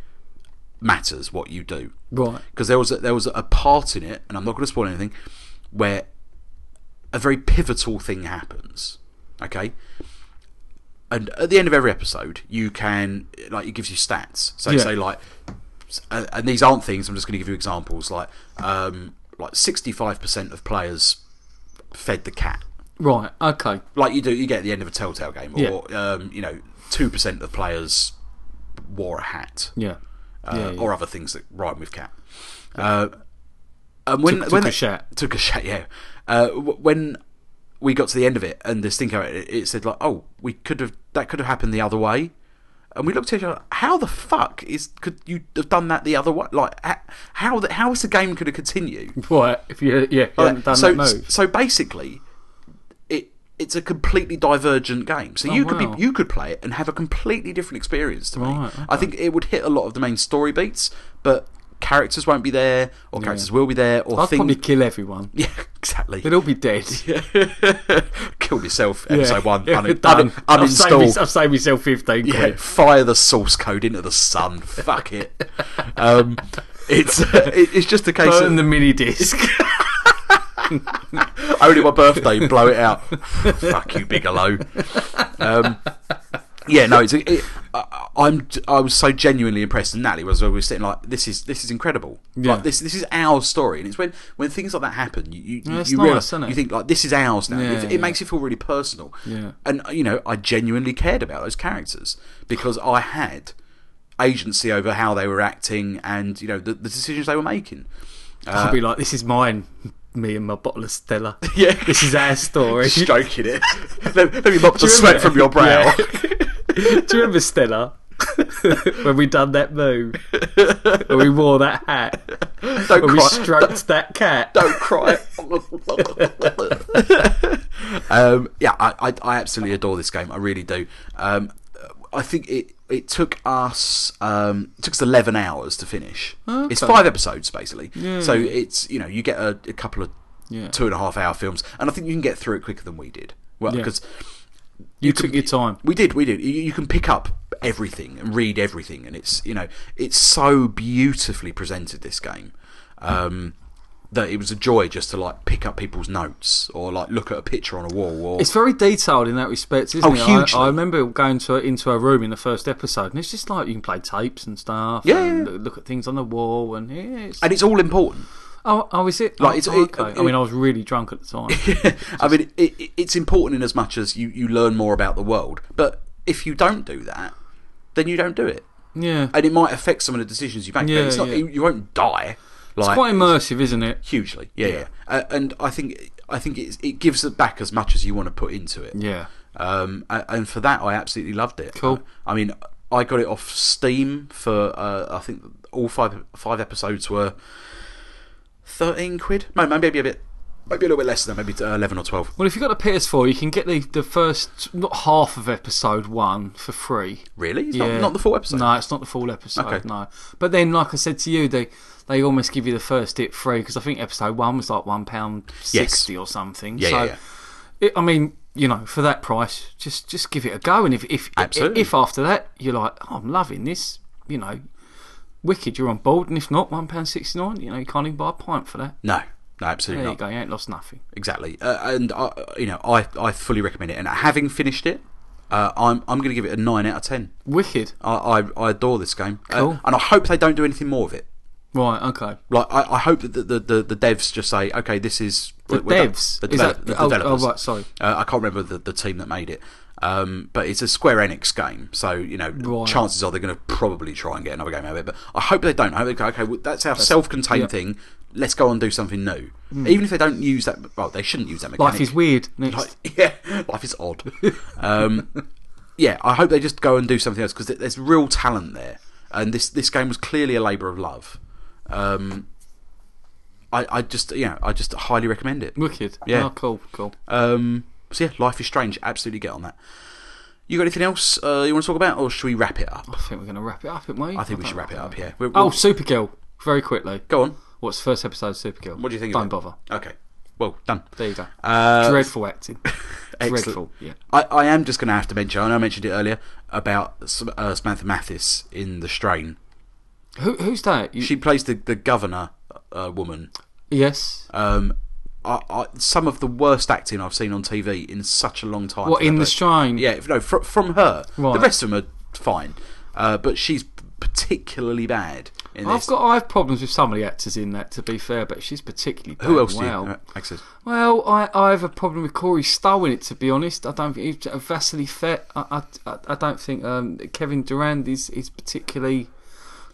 S1: matters what you do
S2: Right.
S1: because there was a, there was a part in it, and I'm not going to spoil anything, where a very pivotal thing happens. Okay, and at the end of every episode, you can like it gives you stats. So
S2: Yeah.
S1: say like, s- and and these aren't things. I'm just going to give you examples. Like, um, like 65% of players fed the cat
S2: Right. Okay.
S1: like you do you get at the end of a telltale game or
S2: Yeah.
S1: um, you know 2% of players wore a hat
S2: Yeah.
S1: uh,
S2: yeah, yeah.
S1: or other things that rhyme with cat uh, and when, when
S2: Took- took a
S1: they-
S2: shat.
S1: took a shat yeah uh, w- when we got to the end of it and this thing came out, it, it said like oh we could have that could have happened the other way and we looked at each other how the fuck is could you have done that the other way like h- how the, how is the game going to continue
S2: Right. If you yeah, you
S1: like
S2: hadn't done
S1: so,
S2: that move.
S1: so basically, it it's a completely divergent game. So
S2: Oh,
S1: you could
S2: wow.
S1: be you could play it and have a completely different experience to me.
S2: Right,
S1: I think it would hit a lot of the main story beats, but characters won't be there, or characters will be there, or
S2: I'd
S1: things.
S2: probably kill everyone.
S1: Yeah, exactly.
S2: They'd all be dead.
S1: Kill yourself. Episode one.
S2: Yeah,
S1: Un-
S2: done.
S1: un-
S2: I've saved,
S1: uninstall.
S2: myself- I've saved myself 15
S1: Yeah,
S2: quid.
S1: fire the source code into the sun. Fuck it. Um, it's it- it's just a case of
S2: Burn the mini disc.
S1: Uh, only my birthday, blow it out. Fuck you, Bigelow. Um, yeah, no, it's, it, I, I'm I was so genuinely impressed, and Natalie was always sitting like, this is this is incredible.
S2: Yeah.
S1: Like this this is our story, and it's when when things like that happen, you you,
S2: Yeah, it's
S1: you
S2: nice,
S1: realize
S2: isn't it?
S1: you think like this is ours now.
S2: Yeah,
S1: it, it
S2: yeah.
S1: makes you feel really personal.
S2: Yeah.
S1: and you know I genuinely cared about those characters because I had agency over how they were acting and you know the, the decisions they were making.
S2: I'd be like, this is mine. Me and my bottle of Stella.
S1: Yeah.
S2: This is our story. Do
S1: stroking it. let, let me mop the
S2: you
S1: sweat
S2: remember-
S1: from your brow.
S2: Yeah. Do you remember Stella? when we done that move? when we wore that hat?
S1: Don't
S2: When we
S1: cry.
S2: stroked that cat?
S1: Don't cry. um, yeah, I, I, I absolutely adore this game. I really do. Um, I think it it took us um, it took us eleven hours to finish. It's five episodes basically. So it's you know you get a, a couple of
S2: Yeah.
S1: two and a half hour films, and I think you can get through it quicker than we did. Well,
S2: Yeah.
S1: because
S2: You took your time.
S1: We did, we did. You, you can pick up everything and read everything, and it's you know it's so beautifully presented. This game, um, that it was a joy just to like pick up people's notes or like look at a picture on a wall or
S2: It's very detailed in that respect, isn't
S1: Oh,
S2: it? I-
S1: hugely.
S2: I, remember going to into a room in the first episode, and it's just like you can play tapes and stuff.
S1: Yeah,
S2: and
S1: yeah.
S2: look- look at things on the wall, and yeah, it's,
S1: and it's all important.
S2: oh, oh, is it?
S1: Like,
S2: oh,
S1: it's-
S2: oh,
S1: it-
S2: okay.
S1: it-
S2: I mean, I was really drunk at the time.
S1: I mean, it, it, it's important in as much as you, you learn more about the world. But if you don't do that, then you don't do it,
S2: yeah,
S1: and it might affect some of the decisions you make.
S2: Yeah,
S1: but it's not
S2: yeah.
S1: you, you won't die. Like
S2: it's quite immersive, isn't it?
S1: hugely, yeah. yeah. Uh, and I think I think it it gives it back as much as you want to put into it.
S2: Yeah,
S1: Um, a- and for that, I absolutely loved it.
S2: Cool.
S1: I, I mean, I got it off Steam for uh, I think all five five episodes were thirteen quid. No, maybe a bit, maybe a little bit less than that. Maybe uh, eleven or twelve.
S2: Well, if you've got a PS4, you can get the, the first not half of episode one for free.
S1: Really? It's
S2: Yeah.
S1: not, not the full episode.
S2: No, it's not the full episode.
S1: Okay.
S2: No, but then, like I said to you, they they almost give you the first it free because I think episode one was like one pound sixty or something.
S1: Yeah,
S2: so
S1: yeah, yeah.
S2: It, I mean, you know, for that price, just just give it a go. And if if
S1: Absolutely.
S2: if after that you're like, oh, I'm loving this, you know, wicked, you're on board. And if not, one pound sixty nine, you know, you can't even buy a pint for that.
S1: No, no, absolutely
S2: There
S1: not.
S2: you go, you ain't lost nothing.
S1: Exactly. Uh, and I, you know, I, I fully recommend it. And having finished it, uh, I'm, I'm going to give it a nine out of ten.
S2: Wicked.
S1: I, I, I adore this game, Uh,
S2: Cool.
S1: and I hope they don't do anything more of it.
S2: Right. Okay.
S1: Like, I, I hope that the, the, the, the devs just say, okay, this is
S2: The
S1: we're done."
S2: devs.
S1: The,
S2: Is
S1: develop-
S2: that-
S1: the
S2: oh, oh,
S1: developers.
S2: right, sorry.
S1: Uh, I can't remember the, the team that made it. Um, but it's a Square Enix game, so you know
S2: Right.
S1: chances are they're going to probably try and get another game out of it. But I hope they don't. I hope they go, okay, well, that's our self-contained
S2: yeah. Hmm.
S1: thing. Let's go and do something new. Even if they don't use that, well, they shouldn't use that mechanic.
S2: Life is weird. Next.
S1: Like, yeah, life is odd. Um, yeah, I hope they just go and do something else because there's real talent there, and this this game was clearly a labour of love. Um, I, I just yeah, I just highly recommend it.
S2: Wicked.
S1: Yeah.
S2: Oh, cool. Cool.
S1: Um, so yeah, life is strange. Absolutely get on that. You got anything else uh, you want to talk about, or should we wrap it up?
S2: I think we're going to wrap it up, aren't we?
S1: I think we should wrap it up. Yeah. We're,
S2: Oh,
S1: we'll-
S2: Supergirl. Very quickly.
S1: go on.
S2: What's the first episode of Supergirl?
S1: What do you think? of
S2: Don't
S1: it?
S2: bother.
S1: Okay. Well done.
S2: There you go.
S1: Uh,
S2: Dreadful acting.
S1: Excellent.
S2: Dreadful. Yeah.
S1: I, I am just going to have to mention, I know I mentioned it earlier, about S- uh, Samantha Mathis in The Strain.
S2: Who, who's that? You,
S1: She plays the, the governor uh, woman.
S2: yes.
S1: Um, I, I, some of the worst acting I've seen on TV in such a long time.
S2: What
S1: for that
S2: in the
S1: person.
S2: shrine?
S1: Yeah, no, fr- from her. The
S2: Right.
S1: rest of them are fine. Uh, but she's particularly bad in
S2: I've
S1: this.
S2: got I have problems with some of the actors in that. To be fair, but she's particularly bad.
S1: Who else
S2: Wow.
S1: do you uh, access?
S2: Well, I, I have a problem with Corey Stowe in it. To be honest, I don't think he's- uh, Vasily Fett. I, I, I- I don't think um, Kevin Durand is is particularly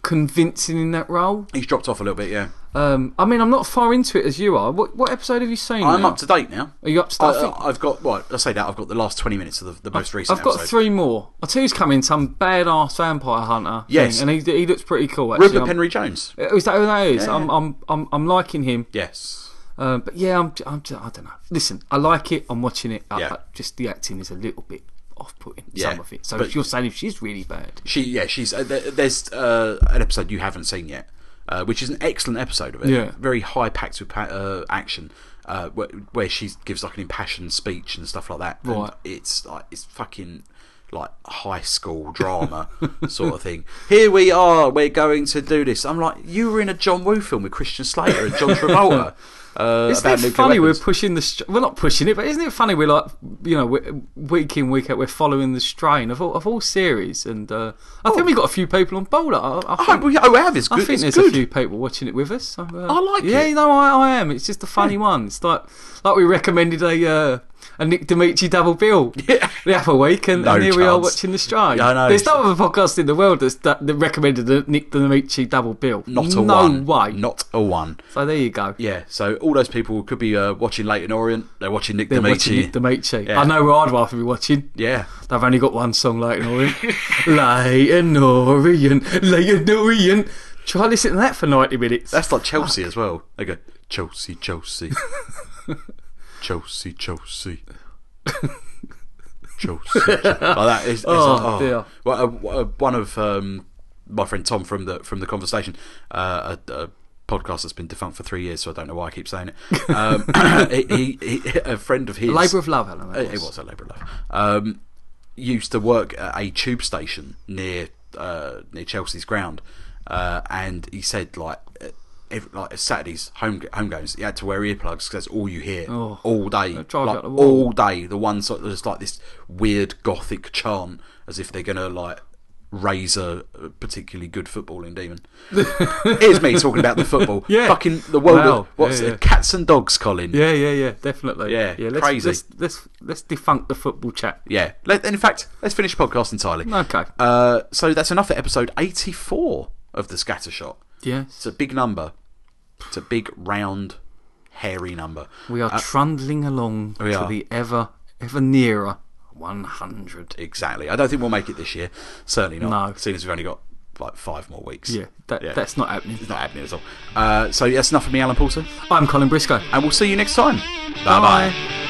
S2: convincing in that role.
S1: He's dropped off a little bit, yeah.
S2: Um, I mean, I'm not far into it as you are. What what episode have you seen?
S1: I'm
S2: now?
S1: up to date now.
S2: Are you up to?
S1: I,
S2: I think-
S1: I've got, well, I say that, I've got the last 20 minutes of the, the most recent
S2: I've got
S1: episode.
S2: three more. I tell you, he's coming some bad ass vampire hunter. thing,
S1: Yes.
S2: and he, he looks pretty cool. Actually,
S1: Rupert
S2: I'm- Uh,
S1: Penry Jones.
S2: Is that who that is?
S1: Yeah.
S2: I'm, I'm, I'm, I'm liking him.
S1: Yes.
S2: Um, but yeah, I'm, I'm, I am i am i do not know. Listen, I like it. I'm watching it. I,
S1: Yeah.
S2: I- just the acting is a little bit off-putting.
S1: Yeah,
S2: Some of it. So
S1: but-
S2: if you're saying if she's really bad,
S1: She, yeah, she's uh, there- there's uh, an episode you haven't seen yet, uh, which is an excellent episode of it.
S2: Yeah.
S1: very high packed with pa- uh, action, uh, where, where she gives like an impassioned speech and stuff like that. And
S2: Right.
S1: it's like it's fucking like high school drama sort of thing. Here we are, we're going to do this. I'm like, you were in a John Woo film with Christian Slater and John Travolta. Uh,
S2: isn't
S1: about
S2: it
S1: nuclear
S2: funny
S1: weapons.
S2: we're pushing the? Str- we're not pushing it, but isn't it funny we're like, you know, we're, week in week out we're following the strain of all of all series, and uh, I think we got a few people on board. I, I, I
S1: Oh. I
S2: think-
S1: hope we, oh, we have. It's good.
S2: I think
S1: it's
S2: there's
S1: good.
S2: a few people watching it with us. so, uh,
S1: I like
S2: yeah,
S1: it.
S2: no, I, I am. It's just a funny one. It's like like we recommended a uh, a Nick Dimitri double bill
S1: Yeah.
S2: the other week, and,
S1: No
S2: and here we are
S1: chance.
S2: watching the stride.
S1: Yeah, I know.
S2: There's no other podcast in the world that's that, that recommended a Nick Dimitri double bill.
S1: Not a
S2: no
S1: one.
S2: way.
S1: Not a one.
S2: So there you go.
S1: Yeah, so all those people could be uh, watching Leighton Orient. They're watching Nick
S2: They're watching
S1: Dimitri.
S2: Nick Dimitri.
S1: Yeah.
S2: I know where I'd rather be watching.
S1: yeah,
S2: They've only got one song, Leighton Orient. Leighton Orient, Leighton Orient. Try listening to that for 90 minutes.
S1: that's like Chelsea as well. They go Chelsea, Chelsea, Chelsea, Chelsea. Chelsea, Chelsea. like that. It's, it's
S2: Oh,
S1: like, oh.
S2: dear.
S1: Well, uh, uh, one of um, my friend Tom from the from the conversation, uh, a, a podcast that's been defunct for three years, so I don't know why I keep saying it. Um, he, he, he, a friend of his,
S2: Labour of Love, Alan. that
S1: It, it was a labour of love. Um, used to work at a tube station near uh, near Chelsea's ground, uh, and he said like uh, every, like Saturdays home home games, you had to wear earplugs because that's all you hear
S2: Oh.
S1: all day,
S2: They'll drive you
S1: like,
S2: up the wall.
S1: all day. The one sort of just like this weird gothic chant, as if they're gonna like raise a a particularly good footballing demon. Here's me talking about the football.
S2: Yeah.
S1: fucking the world.
S2: Wow.
S1: Of, what's
S2: Yeah,
S1: it?
S2: yeah.
S1: Cats and dogs, Colin.
S2: Yeah, yeah, yeah, definitely.
S1: Yeah,
S2: yeah. Let's,
S1: crazy.
S2: Let's, let's let's defunk the football chat.
S1: Yeah. Let, and in fact, let's finish the podcast entirely.
S2: Okay.
S1: Uh, so that's enough for episode 84 of the Scatter Shot. It's
S2: Yes,
S1: a big number. It's a big, round, hairy number.
S2: we are trundling along
S1: uh, we
S2: to
S1: are.
S2: the ever ever nearer 100.
S1: Exactly. I don't think we'll make it this year. Certainly not.
S2: No.
S1: Seeing as we've only got like five more weeks.
S2: Yeah, that,
S1: Yeah.
S2: that's not happening.
S1: It's not happening at all. Uh, so that's enough from me, Alan Paulson.
S2: I'm Colin Briscoe.
S1: And we'll see you next time. Bye-bye.
S2: Bye.